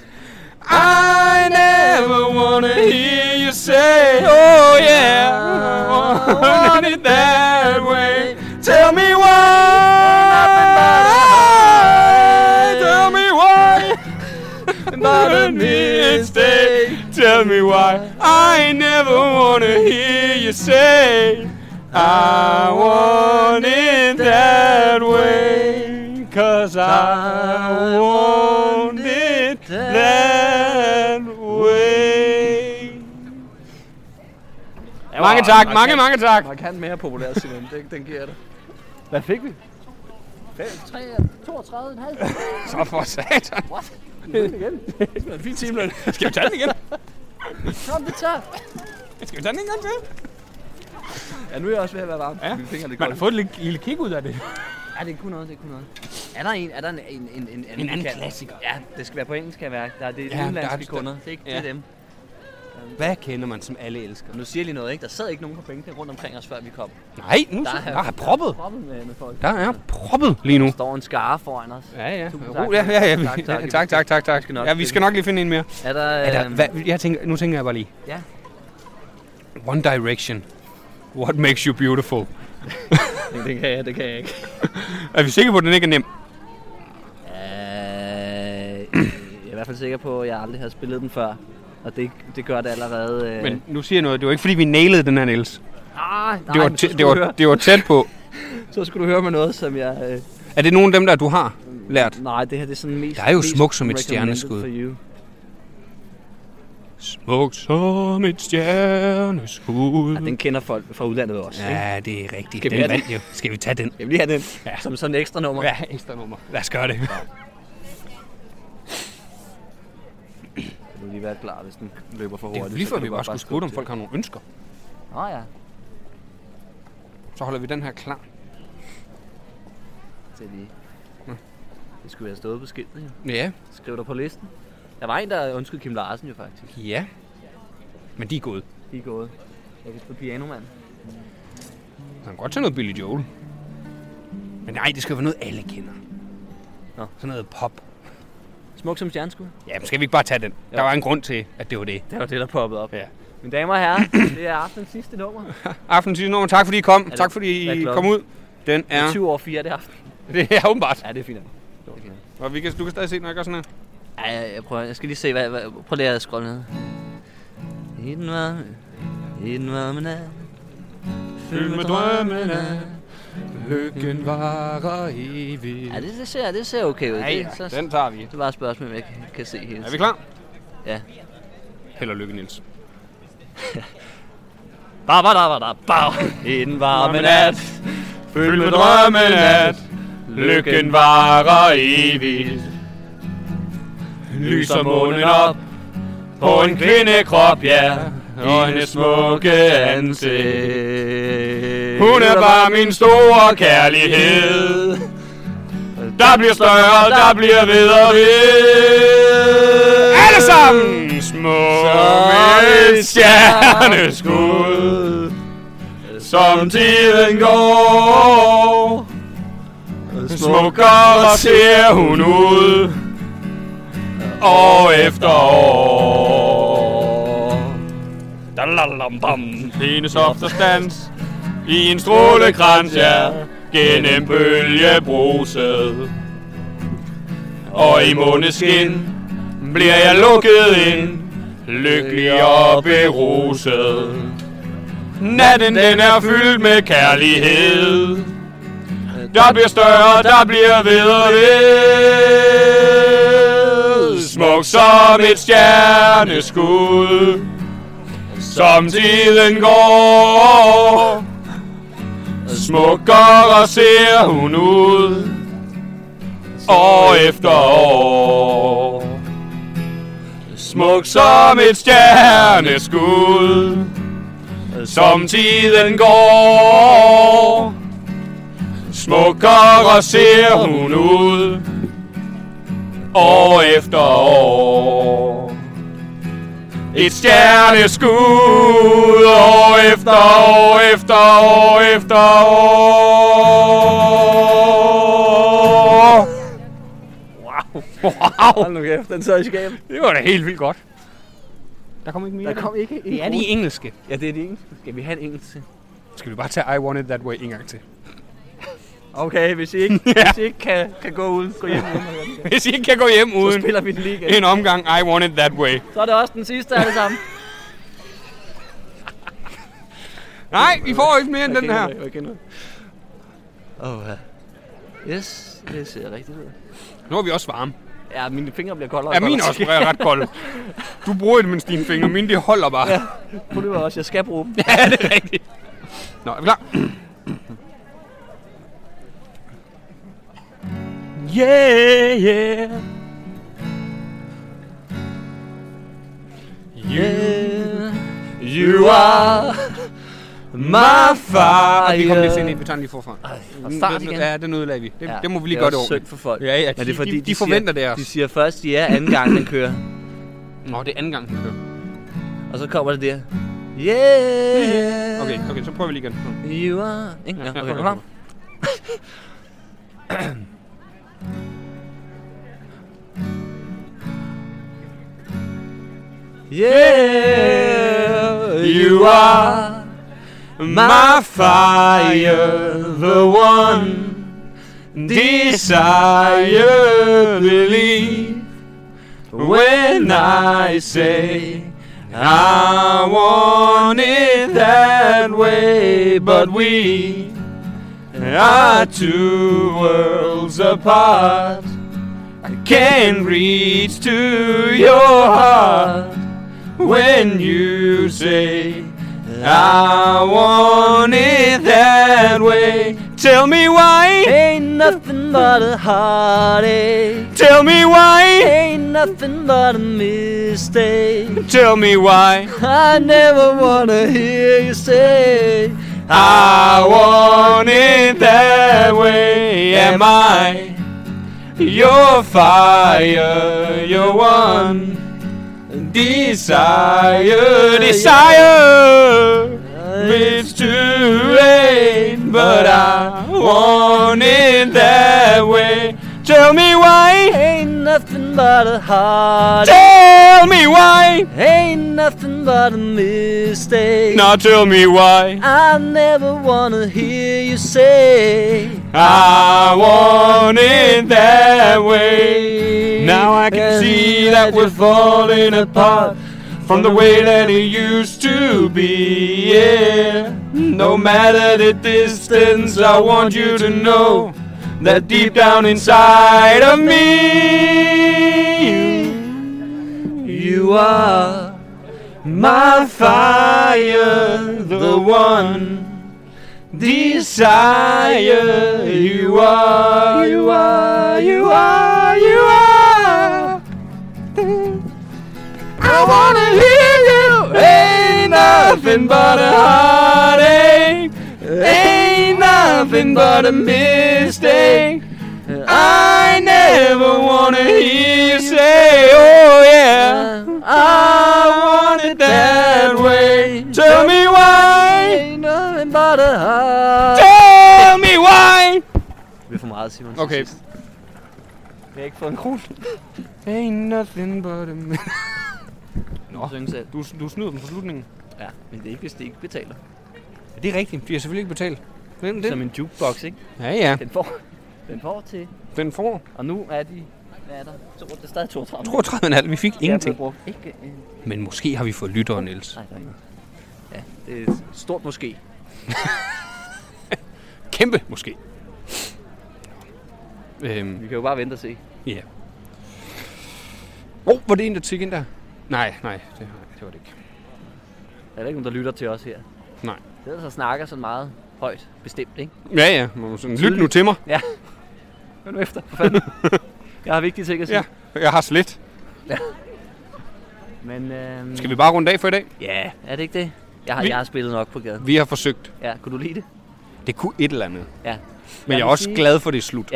D: I never wanna hear you say, Oh yeah, I want it that way. Tell me why. Tell me why. Not a mistake. Tell me why I never wanna hear you say I want it that way. Cause I want it that way.
F: Mange tak, mange, mange tak.
C: Man kan mere populær, Simon. Den, den giver det.
H: Hvad fik vi?
I: 32,5.
F: Så for satan.
C: Det er en fin timeløn.
F: Skal vi tage den igen?
I: Kom, vi tager.
F: Skal vi tage den en gang til?
C: Ja, nu er jeg også ved at være varm.
F: Ja.
C: Mine fingre, det
F: Man har fået et lille, lille kig ud af det.
C: Ja, det kunne noget, det kunne noget. Er der en, er der en, en, en, en, anden,
F: anden
C: kan-
F: klassiker.
C: Ja, det skal være på engelsk, kan jeg mærke. Der er det
F: der er-
C: udenlandske
F: der-
C: kunder. Det er ikke ja.
F: ja.
C: det er dem.
J: Hvad kender man, som alle elsker?
C: Nu siger jeg lige noget, ikke? Der sad ikke nogen på bænkene rundt omkring os, før vi kom.
J: Nej, nu
C: Der
J: der
C: er-
J: er, der er proppet.
C: Proppet med, med folk.
J: Der er proppet lige nu.
C: Der står en skare foran os.
J: Ja, ja.
C: Tusind
J: Ro- Ja, ja, ja.
C: Tak,
J: vi-
C: tak.
J: Tak, tak, tak, tak.
C: skal nok
J: Ja, vi skal
C: finde-
J: nok lige finde en mere.
C: Er der...
J: Er der,
C: øhm,
J: hvad, jeg tænker, nu tænker jeg bare lige.
C: Ja.
J: One Direction. What makes you beautiful?
C: Det kan jeg, det kan jeg ikke.
J: Er vi sikre på, at den ikke er nem?
C: Øh, jeg er i hvert fald sikker på, at jeg aldrig har spillet den før. Og det, det gør det allerede... Øh...
J: Men nu siger jeg noget. Det var ikke, fordi vi nailede den her, Niels. Det
C: ah, nej,
J: var,
C: men så,
J: tæ-
C: skulle
J: det,
C: du
J: var,
C: høre,
J: det var tæt på.
C: så skulle du høre med noget, som jeg... Øh...
J: Er det nogen af dem, der du har lært?
C: Nej, det her det er sådan mest...
J: Der er jo
C: mest
J: smuk som et
C: recommended
J: stjerneskud.
C: for you.
J: Smukt som et stjerneskud.
C: Ja, den kender folk fra udlandet også. Ja. Ikke?
J: Mm. Ja, det er rigtigt.
C: Skal vi
J: Den
C: have den?
J: vandt jo. Skal vi tage den?
C: Jeg vil lige have den ja. som sådan en ekstra nummer. Ja.
J: ekstra nummer. Lad os gøre det.
C: Du lige være klar, hvis den løber for
J: Det
C: hurtigt.
J: er lige
C: så
J: før,
C: kan
J: vi
C: du
J: bare skulle
C: skubbe
J: spurgte, om folk har nogle ønsker.
C: til. Nå ja,
J: Så holder vi den her klar.
C: til lige. Det skulle jeg have stået på skiltet, jo.
J: Ja.
C: Skriv dig på listen. Der var en, der ønskede Kim Larsen jo faktisk.
J: Ja. Men de er gode.
C: De er gået. Jeg kan spille piano, mand.
J: Man kan godt tage noget Billy Joel. Men nej, det skal være noget, alle kender.
C: Nå.
J: Sådan noget pop.
C: Smuk som stjerneskud.
J: Ja, men skal vi ikke bare tage den? Jo. Der var en grund til, at det var det.
C: Det var det, der poppede op.
J: Ja.
C: Mine damer og herrer, det er aftenens sidste nummer.
J: Aften sidste nummer, tak fordi I kom.
C: det-
J: tak fordi
C: hvad er
J: I
C: klokken?
J: kom ud. Den
C: Ja.
J: er...
C: 20 over 4 det aften.
J: Det er åbenbart.
C: Ja, det er fint. nok.
J: Og vi kan, du kan stadig se, når jeg gør sådan her.
C: Ej, jeg, jeg, prøver, jeg skal lige se, hvad, hvad prøv lige at scrolle ned. I den varme, i den varme nat,
D: Fyld med drømmen af, lykken varer evigt.
C: Ja, det, det, ser, det ser okay ud. det, altså.
J: Nej,
C: så,
J: den tager vi.
C: det er bare et spørgsmål, om jeg kan, kan se hele
J: Er vi klar?
C: Ja.
J: Held og lykke, Niels.
C: Ba, ba, da, ba, da, ba. I den varme nat,
D: Fyld med drømmen af, lykken varer evigt. Lyser månen op på en kvindekrop, ja, og hendes smukke ansigt. Hun er bare min store kærlighed. Der bliver større, der bliver ved og ved.
J: Alle sammen!
D: Som et stjerneskud Som tiden går Smukkere ser hun ud År efter år Dalalambam. Hendes ofte stands I en strålekrans, ja Gennem bølgebruset Og i måneskin bliver jeg lukket ind Lykkelig og beruset Natten den er fyldt med kærlighed Der bliver større, der bliver ved og ved Smuk som et stjerneskud Som tiden går Smukkere ser hun ud År efter år Smuk som et stjerneskud Som tiden går Smukkere ser hun ud År efter år Et stjerneskud År efter år efter år efter år
C: Hold nu kæft, den så i skab.
J: Det var da helt vildt godt. Der kom ikke mere.
C: Der kom ikke en
J: Det er de engelske.
C: Ja, det er de engelske. Skal vi have en engelsk til?
J: Skal vi bare tage I Want It That Way en gang til?
C: Okay, hvis I ikke, hvis I ikke kan, kan gå uden, gå hjem uden.
J: Hvis I ikke kan gå hjem
C: Så
J: uden
C: spiller vi den lige igen.
J: en omgang I Want It That Way.
C: Så er det også den sidste alle sammen.
J: Nej, vi får ikke mere end den her.
C: Åh, oh, ja. Yes, det ser rigtigt ud.
J: Nu er vi også varme.
C: Ja, mine fingre bliver koldere. og
J: Er mine
C: koldere.
J: også er ret kolde? Du bruger et mindst dine fingre, mine de holder bare.
C: Ja. Prøv det var også, jeg skal bruge dem.
J: Ja, det er rigtigt. Nå, er vi klar?
D: Yeah, yeah.
C: Yeah,
D: You are my fire.
J: Ah, vi kommer lidt senere ind. Vi tager den lige forfra.
C: fra start
J: Den-
C: igen.
J: Ja, den ødelagde vi. Det,
C: Ja,
J: det må vi lige
C: det er
J: gøre det
C: også synd
J: ordentligt.
C: for folk.
J: Ja, ja, de,
C: Men det er fordi,
J: de, de, forventer det af
C: De
J: os.
C: siger først, ja, anden gang den kører.
J: Nå, det er anden gang, den kører.
C: Og så kommer det der. Yeah!
D: Okay, okay, så prøver vi lige igen. Mm.
C: You are... Ikke?
D: Ja,
C: Ja,
D: ja,
C: okay,
D: kom,
C: kom
D: kom.
C: Yeah, you are my fire, the one desire. Believe when I say I want it that way, but we are two worlds apart. I can reach to your heart when you say I want it that way. Tell me why. Ain't nothing but a heartache. Tell me why. Ain't nothing but a mistake. Tell me why. I never wanna hear you say. I want it that way. Am I your fire, your one? Desire, desire. It's too late, but I want it that way. Tell me why. Ain't nothing but a heart. Tell me why. Ain't nothing but a mistake. Now tell me why. I never wanna hear you say. I want it that way. Now I can see that we're falling apart from the way that it used to be. Yeah. No matter the distance, I want you to know that deep down inside of me, you are my fire, the one desire. You are, you are, you are, you are. I wanna hear you. Ain't nothing but a heartache. Ain't nothing but a mistake. I never wanna hear you say, oh yeah, I want it that way. Tell me why. Ain't nothing but a heart. Tell me why. Vi får meget, Simon.
D: Okay.
C: Vi har ikke fået en krone.
D: Ain't nothing but a...
C: Nå. Synge selv.
D: Du, du snyder den på slutningen.
C: Ja, men det er ikke, hvis det ikke betaler.
D: Ja, det er rigtigt. De har selvfølgelig ikke betalt. Den,
C: Som
D: den.
C: en jukebox, ikke?
D: Ja, ja.
C: Den får, den får til.
D: Den får
C: Og nu er de... Hvad er der? To, det er stadig 32.
J: 32,5. Vi fik ingenting.
C: brugt. Ikke en...
J: Men måske har vi fået lyttere, Niels.
C: Nej, der er ikke noget. Ja, det er et stort måske.
J: Kæmpe måske. Øhm,
C: Vi kan jo bare vente og se.
J: oh, var det en, der tikkede ind der? Nej, nej, det, nej, det var det ikke.
C: Der er ikke nogen, der lytter til os her.
J: Nej.
C: Det er der, der snakker sådan meget højt bestemt, ikke?
J: Ja, ja. må man Sådan, lyt nu til mig.
C: Hør nu efter, for fanden. Jeg har vigtige ting at sige.
D: Ja. Jeg har slet.
C: Men øhm,
J: Skal vi bare runde af for i dag?
C: Ja, er det ikke det? Jeg har,
J: Vi-
C: jeg har spillet nok på gaden.
J: Vi har forsøgt.
C: Ja, kunne du lide det?
J: Det kunne et eller andet.
C: Ja.
J: Men jeg,
C: vil
J: er også
C: sige-
J: glad for det er slut.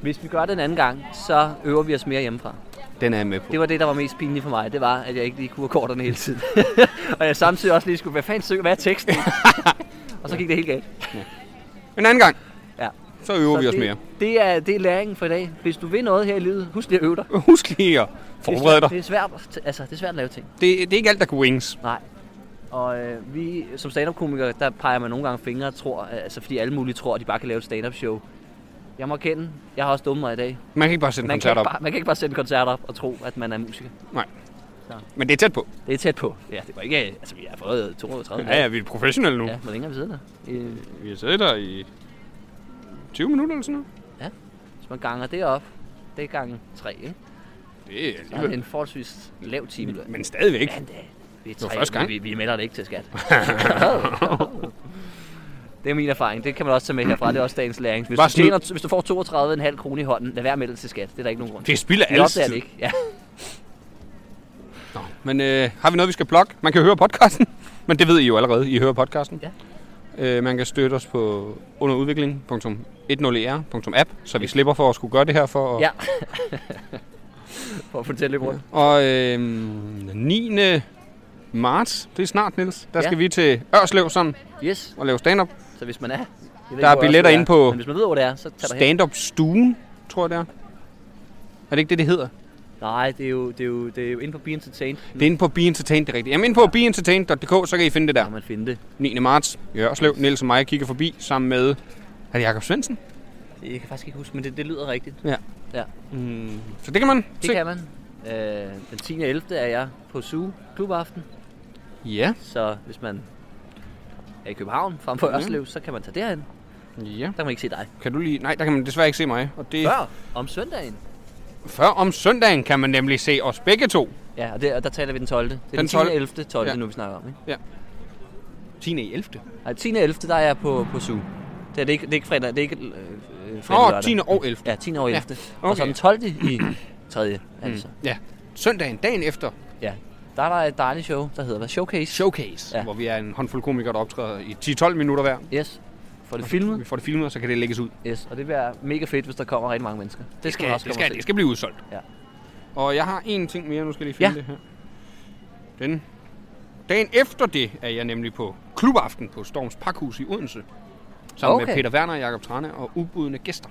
C: Hvis vi gør det en anden gang, så øver vi os mere hjemmefra.
J: Den er jeg med på.
C: Det var det, der var mest pinligt for mig. Det var, at jeg ikke lige kunne akkorderne hele tiden. og jeg samtidig også lige skulle, hvad fanden synger, hvad er teksten? og så gik det helt galt.
J: En anden gang.
C: Ja.
J: Så øver
C: Så
J: vi os
C: det-
J: mere.
C: Det er, det er læringen for i dag. Hvis du vil noget her i livet, husk lige at øve dig.
J: Husk lige at forberede dig.
C: Det er svært, det er svært, altså, det er svært at lave ting.
J: Det, det er ikke alt, der kan wings.
C: Og øh, vi som stand-up-komikere, der peger man nogle gange fingre, og tror, altså fordi alle mulige tror, at de bare kan lave et stand-up-show. Jeg må erkende, jeg har også dummet mig i dag.
J: Man kan ikke bare sætte en
C: Man kan,
J: koncert
C: ikke
J: op.
C: bare, man kan ikke bare sætte en koncert op og tro, at man er musiker.
J: Men det er tæt på.
C: Det er tæt på. Ja, det var ikke... Altså, vi har fået 230
J: Ja, ja, vi er professionelle nu.
C: ja. Hvor længe har vi siddet der? Øh,
D: Vi har siddet der i 20 minutter eller sådan noget.
C: Hvis man ganger det op, det er gange 3, ikke?
J: Det er
C: Så er det
J: alligevel.
C: en forholdsvis lav time.
J: Men stadigvæk.
C: Men det, vi er
J: var
C: tre,
J: første gang.
C: Vi, vi melder det ikke til skat. det er min erfaring. Det kan man også tage med herfra. Det er også dagens læring. Hvis,
J: Bare
C: du,
J: smid-
C: tjener, hvis du får 32,5 kroner i hånden, lad være med det til skat. Det er der ikke nogen grund til.
J: Det spilder
C: Vi
J: alle
C: opdager det
J: tid.
C: ikke. Ja.
J: Men øh, har vi noget, vi skal plukke? Man kan høre podcasten. Men det ved I jo allerede. I hører podcasten.
C: Ja.
J: Øh, man kan støtte os på e underudvikling.10er.app, så vi slipper for at skulle gøre det her for at
C: ja. For at fortælle lidt rundt.
J: Og øh, 9.
D: marts. Det er snart, Nils. Der
C: Ja.
D: skal vi til Ørslev sammen
C: Yes,
D: og lave stand-up.
C: så hvis man er... jeg ved ikke,
D: er
C: hvor
D: billetter
C: det
D: inde på-
C: Men hvis man ved, hvor det er, så tag dig hen.
D: Stand-up stuen, tror jeg det er. Er det ikke det, det hedder?
C: Nej, det er jo, det er jo, det er jo inde på Be Entertained.
D: Det er inde på Be Entertained, det er rigtigt. Jamen inde på beentertained.dk, så kan I finde det
C: Kan
D: der.
C: man finde det.
D: 9. marts, i Ørslev, Niels og mig kigger forbi sammen med... Er det Jakob Svendsen?
C: Jeg kan faktisk ikke huske, men det, det lyder rigtigt.
D: Mm. Så det kan man
C: Det kan man. Øh, den 10. og 11. er jeg på Zoo klubaften.
D: Ja,
C: Så hvis man er i København frem for Ørslev, så kan man tage derhen. Der
D: ja.
C: kan man ikke se dig.
D: Kan du lige... Nej, der kan man desværre ikke se mig. Og det...
C: Før om søndagen.
D: Før om søndagen kan man nemlig se os begge to.
C: Ja, og der, og der taler vi den 12. Det er den,
D: Den
C: 10. og
D: 12..
C: 11. 12.
D: Ja.
C: nu vi snakker om, ikke?
D: 10. i 11.
C: Nej, 10. og 11. der er jeg på, på Zoo. Det er, det er, ikke, det er ikke fredag, det er ikke øh, øh, fredag.
D: Åh,
C: lørdag.
D: 10. og 11.
C: Ja, 10. og 11. Ja. Okay. Og
D: okay.
C: så den 12. i 3. altså.
D: Ja. Søndagen, dagen efter
C: Ja. Der er der et dejligt show, der hedder hvad? Showcase.
D: Showcase,
C: Ja.
D: ja. hvor vi er en håndfuld komikere, der optræder i 10-12 minutter hver.
C: Yes. Får det filmet.
D: Vi får det filmet, og så kan det lægges ud.
C: Yes, og det bliver mega fedt, hvis der kommer rigtig mange mennesker. Det skal man også
D: det,
C: komme
D: skal,
C: og
D: det
C: se.
D: skal blive udsolgt.
C: Ja.
D: Og jeg har en ting mere, nu skal jeg lige finde
C: Ja.
D: det her. Den. Dagen efter det er jeg nemlig på klubaften på Storms Pakhus i Odense. Sammen
C: Okay.
D: med Peter Werner, Jakob Trane og ubudne gæster.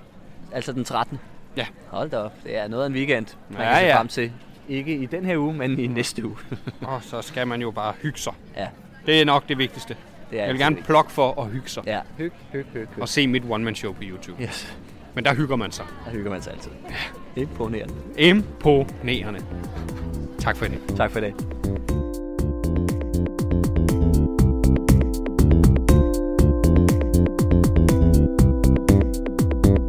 C: Altså den 13.
D: Ja.
C: Hold da op. Det er noget af en weekend, man
D: Ja,
C: kan se
D: ja.
C: frem til. Ikke i den her uge, men i næste uge.
D: Og så skal man jo bare hygge sig.
C: Ja.
D: Det er nok det vigtigste.
C: Det er
D: jeg vil
C: altid
D: gerne
C: vigtigt.
D: plukke for at hygge sig.
C: Ja, hyg, hyg, hyg, hyg.
D: Og se mit one-man-show på YouTube.
C: Yes,
D: Men der hygger man sig.
C: der hygger man sig altid. Imponerende.
D: Imponerende. Tak for det.
C: Tak for i dag.